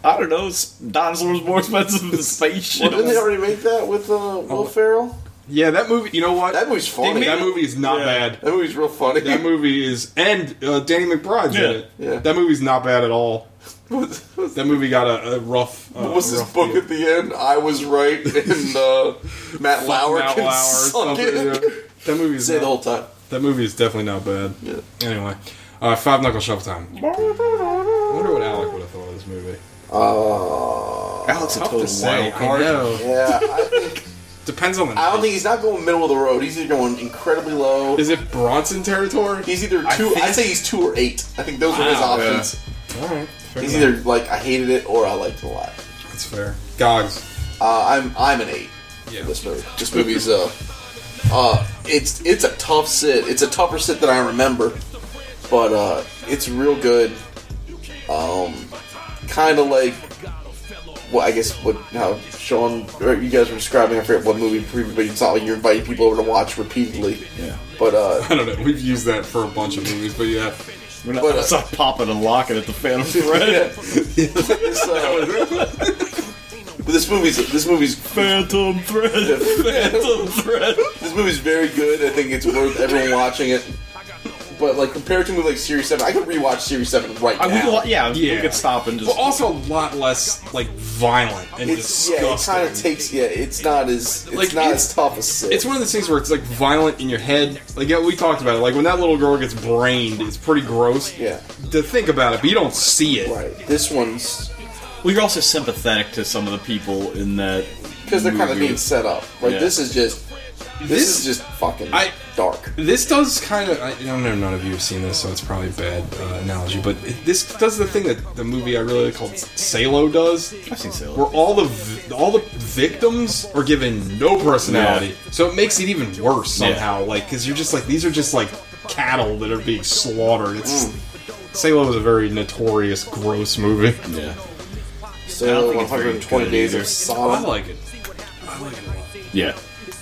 I don't know. s- Dinosaurs more expensive than Well, spaceships. didn't they already make that with uh, Will Ferrell? yeah, that movie. You know what? That movie's funny. Oh. that movie is not Yeah. bad. That movie's real funny. That movie is and uh, Danny McBride's Yeah. in it. Yeah. That movie's not bad at all. What's- what's- That movie got a, a rough. Uh, What was this rough book deal. at the end? I was right, and uh, Matt Lauer Matt can Lauer or suck something, it. yeah. That movie is Say the not- whole time. that movie is definitely not bad. Yeah. Anyway, uh, five knuckle shuffle time. I wonder what Alec would have thought of this movie. Uh, Alex, a Tough to total say, wild card. I know. yeah, I, think, Depends on the. I don't night. think he's not going middle of the road. He's either going incredibly low. Is it Bronson territory? He's either two. I say he's two or eight. I think those are his Wow, options. All right. fair He's enough. either like I hated it or I liked it a lot. That's fair. Gogs. Uh, I'm I'm an eight. Yeah. for This movie. This movie's uh, uh, it's it's a tough sit. It's a tougher sit than I remember, but uh, it's real good. Um, kind of like, well, I guess what how Sean or you guys were describing. I forget what movie, but it's not like you're inviting people over to watch repeatedly. Yeah. But uh, I don't know. We've used that for a bunch of movies, but yeah. We're not, But, uh, it's not popping and locking at the Phantom Thread. this, uh, but this movie's this movie's Phantom Thread. Phantom Thread. This movie's very good. I think it's worth everyone watching it. But like compared to a movie like Series Seven, I could rewatch Series Seven right now. I, Uh, we could, wa- yeah, we Yeah. could stop and just. But also a lot less like violent and it's disgusting. yeah, it kind of takes yeah. It's not as it's Like, not it's- as tough as six. It's one of those things where it's like violent in your head. Like yeah, we talked about it. Like when that little girl gets brained, it's pretty gross. Yeah. To think about it, but you don't see it. right. This one's Well, you're also sympathetic to some of the people in that. because they're kind of movie. being set up. Right. Yeah. This is just this, This- is just fucking I- dark. This does kind of. I don't know. None of you have seen this, so it's probably a bad uh, analogy. But it, this does the thing that the movie I really like called Salo does. I've seen Sailor. where all the vi- all the victims are given no personality. So it makes it even worse somehow. Like because you're just like these are just like cattle that are being slaughtered. It's Salo is a very notorious, gross movie. Yeah. I don't So think one it's very hundred and twenty good days either. of Oh, I Sodom. like it. I like it a lot. Yeah.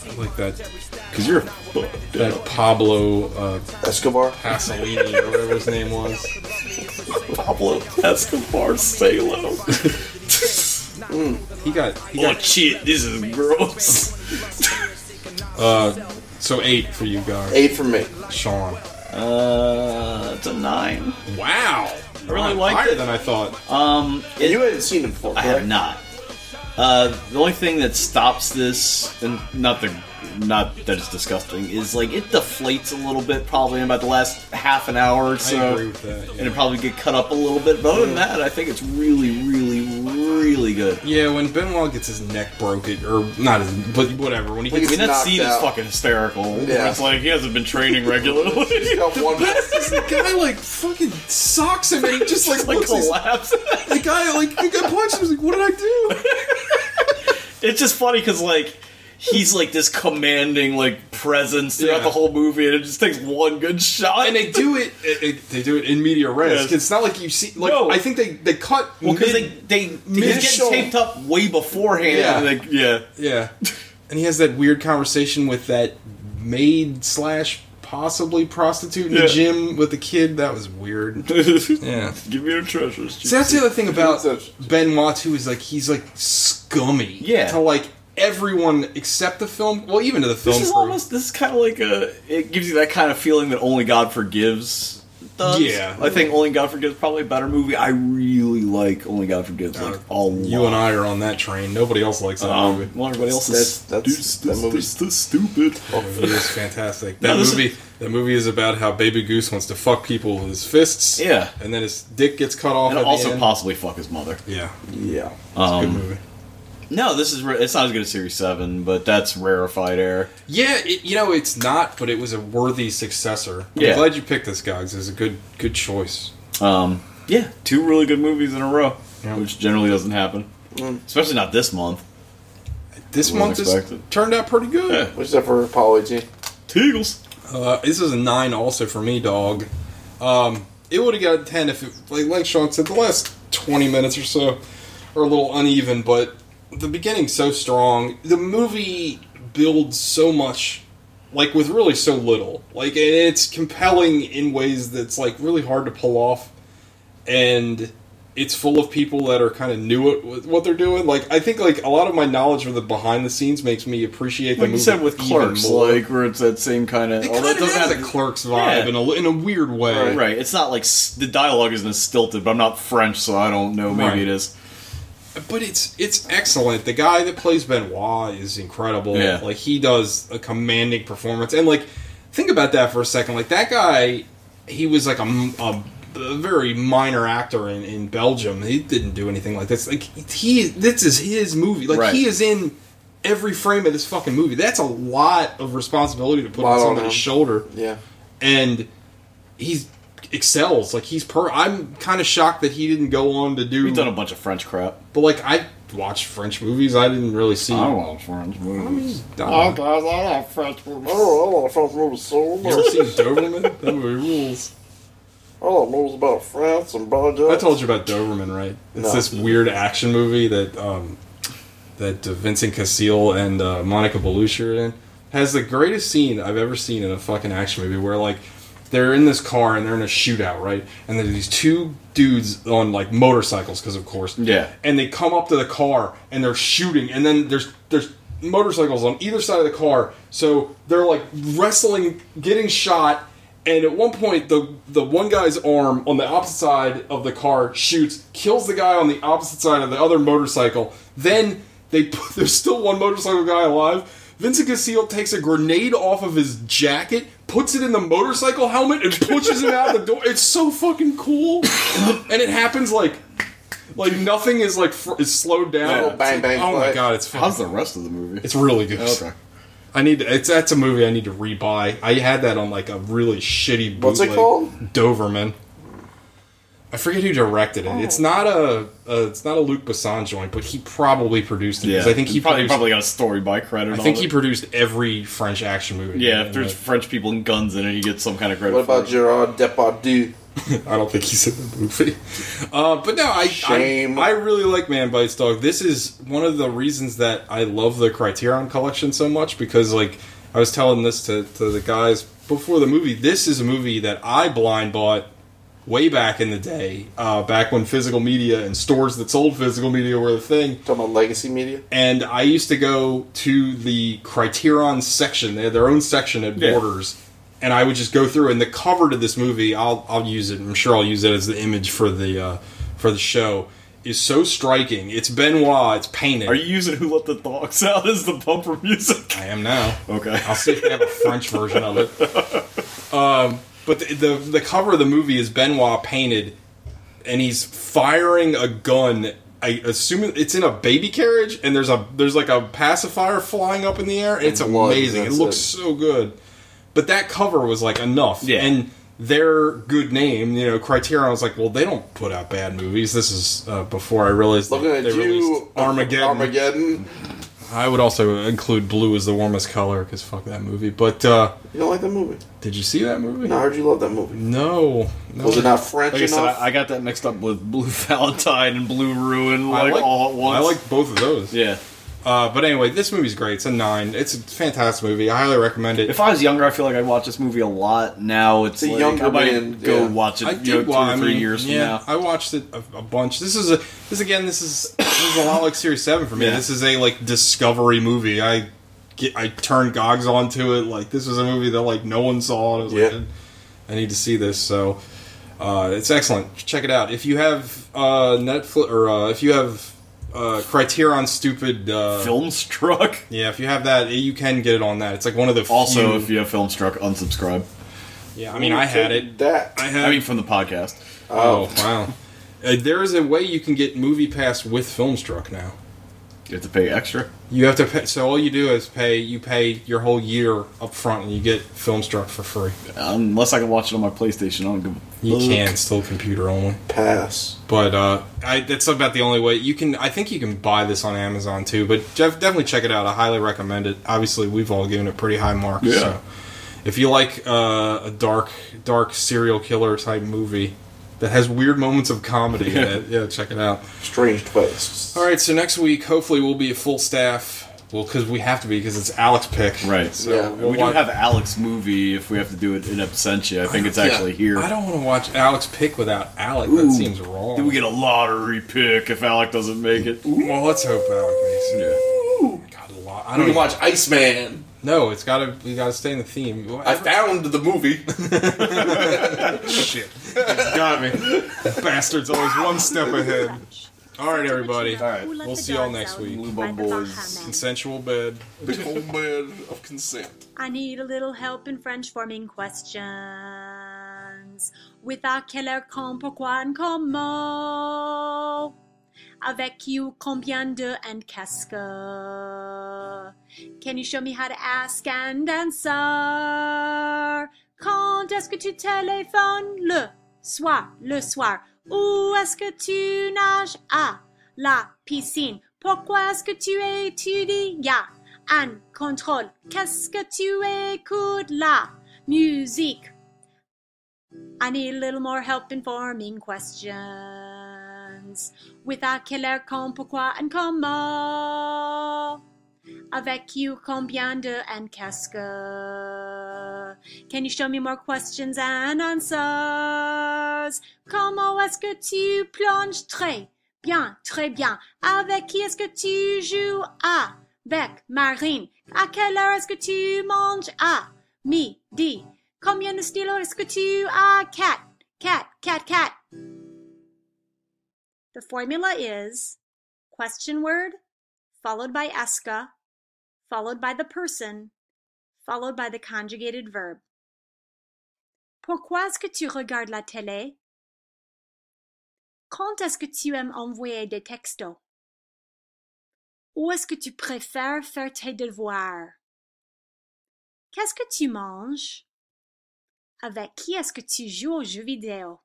I like that because you're fucked That up. Pablo uh, Escobar. Pasolini or whatever his name was. Pablo Escobar Salo. He got. He oh got shit, this is gross. uh, so eight for you guys. Eight for me. Sean. Uh, it's a nine. Wow. I really liked Higher it. than I thought. Um, And it- you hadn't seen him before. I correct? have not. Uh, the only thing that stops this, and not the, not that it's disgusting, is like it deflates a little bit probably in about the last half an hour or so, agree with that, yeah. and it probably get cut up a little bit. But other than that, I think it's really, really, really good. Yeah, when Benoit gets his neck broken, or not his, but whatever. When he I gets mean, that knocked scene out. is fucking hysterical. Yeah. It's like he hasn't been training regularly. He's got one. best is the guy like fucking socks him and he just like It's like looks he's- collapse. the guy like the guy punched him he's like what did I do? it's just funny because like he's like this commanding like presence throughout Yeah. the whole movie, and it just takes one good shot. And they do it, it, it- they do it in media res. Yes. It's not like you see like No. I think they they cut well, because they mid- they mid- he's show. getting taped up way beforehand. Yeah. and, like, yeah. yeah, and he has that weird conversation with that maid slash possibly prostitute in Yeah. the gym with the kid. That was weird. Yeah. Give me your treasures. See, that's the other thing about Such- Benoit too is like he's like scummy. Yeah. To like everyone except the film, well, even to the film This is crew. almost this is kind of like a. It gives you that kind of feeling that only God forgives. Does. Yeah. I think Only God Forgives is probably a better movie. I really like Only God Forgives like a lot. you and I are on that train. Nobody else likes that Um, movie. well, everybody else That's- is that's- dude's- that dude's- movie's- dude's stupid. That movie is fantastic. That this is- movie, that movie is about how Baby Goose wants to fuck people with his fists. Yeah. and then his dick gets cut off. and at the also end. possibly fuck his mother. yeah, Yeah. good Um, movie. no, this is re- it's not as good as Series Seven, but that's rarefied air. Yeah, it, you know it's not, but it was a worthy successor. Yeah. I'm glad you picked this, guys. It was a good, good choice. Um, yeah, two really good movies in a row, Yeah. which generally doesn't happen, especially not this month. This Wasn't month has expected. turned out pretty good. Yeah. Except for Apollo 18. Teagles. Uh, this is a nine also for me, dog. Um, it would have got a ten if, it, like, like Sean said, the last twenty minutes or so are a little uneven, but the beginning's so strong. The movie builds so much, like with really so little. Like and it's compelling in ways that's like really hard to pull off, and it's full of people that are kind of new at wh- what they're doing. Like I think like a lot of my knowledge of the behind the scenes makes me appreciate the Like you movie said with even Clerks, more. like where it's that same kind of. It kind of has a clerk's vibe Yeah. in, a, in a weird way. Right, it's not like s- the dialogue isn't as stilted, but I'm not French, so I don't know. Maybe Right. it is. But it's it's excellent. The guy that plays Benoit is incredible. Yeah. Like he does a commanding performance. And like think about that for a second. Like that guy, he was like a, m- a- a very minor actor in, in Belgium. He didn't do anything like this. Like he this is his movie. Like Right. he is in every frame of this fucking movie. That's a lot of responsibility to put Lot on on somebody's him. shoulder. Yeah. and he's excels like he's per i'm kind of shocked that he didn't go on to do We've done a bunch of French crap. but like i watched french movies i didn't really see watch French movies. I don't know. guys, I have French movies. Oh, I don't know if I remember so you ever seen doberman that movie rules All I know is about France and Belgium. i told you about doberman right it's No. this weird action movie that um that uh, vincent cassel and uh, monica bellucci are in has the greatest scene i've ever seen in a fucking action movie where like they're in this car and they're in a shootout, right? And there's these two dudes on like motorcycles, because of course, Yeah. And they come up to the car and they're shooting, and then there's there's motorcycles on either side of the car, so they're like wrestling, getting shot, and at one point the the one guy's arm on the opposite side of the car shoots, kills the guy on the opposite side of the other motorcycle. Then they put, there's still one motorcycle guy alive. Vincent Cassel takes a grenade off of his jacket, puts it in the motorcycle helmet, and pushes it out the door. It's so fucking cool, and it happens like, like nothing is like fr- is slowed down. Little bang, bang, oh my play. god, it's fucking, How's the rest of the movie? it's really good. Okay. I need to, it's that's a movie I need to rebuy. I had that on like a really shitty bootleg. What's it called? Doverman. I forget who directed it. Oh. It's not a, a it's not a Luc Besson joint, but he probably produced it. 'cause I think he probably produced, probably got a story by credit. I on think it. he produced every French action movie. Yeah, if And, there's uh, French people and guns in it, you get some kind of credit. What about for it. Gerard Depardieu? I don't think he's in the movie. Uh, but no, I, Shame. I I really like Man Bites Dog. This is one of the reasons that I love the Criterion Collection so much because like I was telling this to, to the guys before the movie. This is a movie that I blind bought way back in the day, uh, back when physical media and stores that sold physical media were the thing. Talking about legacy media. And I used to go to the Criterion section. They had their own section at Yeah. Borders. And I would just go through and the cover to this movie, I'll I'll use it. I'm sure I'll use it as the image for the uh, for the show. Is so striking. It's Benoit. It's painted. Are you using "Who Let the Dogs Out" as the bumper music? I am now. Okay. I'll see if they have a French version of it. Um, but the, the the cover of the movie is Benoit painted, and he's firing a gun. I assume it's in a baby carriage, and there's a there's like a pacifier flying up in the air. It's blood, amazing. It that's looks it. so good. But that cover was like enough. Yeah. And their good name, you know, Criterion was like, well, they don't put out bad movies. This is uh, before I realized Looking they, at they released you, uh, Armageddon. Armageddon. I would also include blue as the warmest color because fuck that movie. But uh, You don't like that movie? did you see that movie? No, I heard you love that movie. No. No. Was it not French Like I said, enough? I, I got that mixed up with Blue Valentine and Blue Ruin, I like, all at once. I like both of those. yeah. Uh, but anyway, this movie's great. It's a nine. It's a fantastic movie. I highly recommend it. If I was younger, I feel like I'd watch this movie a lot. Now it's a like, younger I might man, go yeah. watch it. I you did know, two watch. or three I mean, years from yeah, now. I watched it a, a bunch. This is a this again. This is this is a lot like Series Seven for me. Yeah. This is a like discovery movie. I get I turned Gogs onto it. Like this was a movie that like no one saw. And I was like, Yeah. I need to see this. So uh, it's excellent. Check it out if you have uh, Netflix or uh, if you have uh, Criterion Stupid uh, Film struck. Yeah, if you have that, you can get it on that. It's like one of the Also, few- if you have film struck, unsubscribe. yeah. I mean, I had it. That I had. I mean, from the podcast. Oh, wow. Uh, there is a way you can get Movie Pass with Filmstruck now. You have to pay extra. You have to pay, so all you do is pay you pay your whole year up front and you get Filmstruck for free. Unless I can watch it on my PlayStation, I don't give a You fuck. can still computer only, pass. but uh, I, that's about the only way you can. I think you can buy this on Amazon too, but Jeff, definitely check it out. I highly recommend it. Obviously, we've all given it pretty high marks. Yeah. So if you like uh, a dark dark serial killer type movie that has weird moments of comedy in it, yeah, check it out. Strange twists. All right, so next week, hopefully, we'll be a full staff. Well, because we have to be, because it's Alex pick. Right. So Yeah, we'll We do watch- have Alex movie if we have to do it in absentia. I think it's actually here. I don't want to watch Alex pick without Alex. That Ooh. seems wrong. Do we get a lottery pick if Alec doesn't make it? Well, let's hope Alex makes it. Yeah. God, a lot. I We don't can watch. watch Iceman. No, it's gotta. We gotta stay in the theme. I found the movie. shit. Got me. Bastards always one step ahead. All right, everybody. All right. We'll see y'all next week. Lubo Boys. Consensual bed. the homebed of consent. I need a little help in French forming questions. With à quelle heure, quand, pourquoi, and comment? Avec you, combien de, and qu'est-ce que? Can you show me how to ask and answer? Quand est-ce que tu téléphones le soir, le soir? Où est-ce que tu nages à la piscine? Pourquoi est-ce que tu étudies un contrôle? Qu'est-ce que tu écoutes la musique? I need a little more help in forming questions. With à quelle heure, quand, pourquoi, and comment? Avec you, combien de, and qu'est-ce que? Can you show me more questions and answers? Comment est-ce que tu plonges très bien, très bien? Avec qui est-ce que tu joues? Avec Marine. À quelle heure est-ce que tu manges? À midi. Combien de stylos est-ce que tu as? Cat, cat, cat, cat. The formula is question word followed by esca, followed by the person, followed by the conjugated verb. Pourquoi est-ce que tu regardes la télé? Quand est-ce que tu aimes envoyer des textos? Où est-ce que tu préfères faire tes devoirs? Qu'est-ce que tu manges? Avec qui est-ce que tu joues aux jeux vidéo?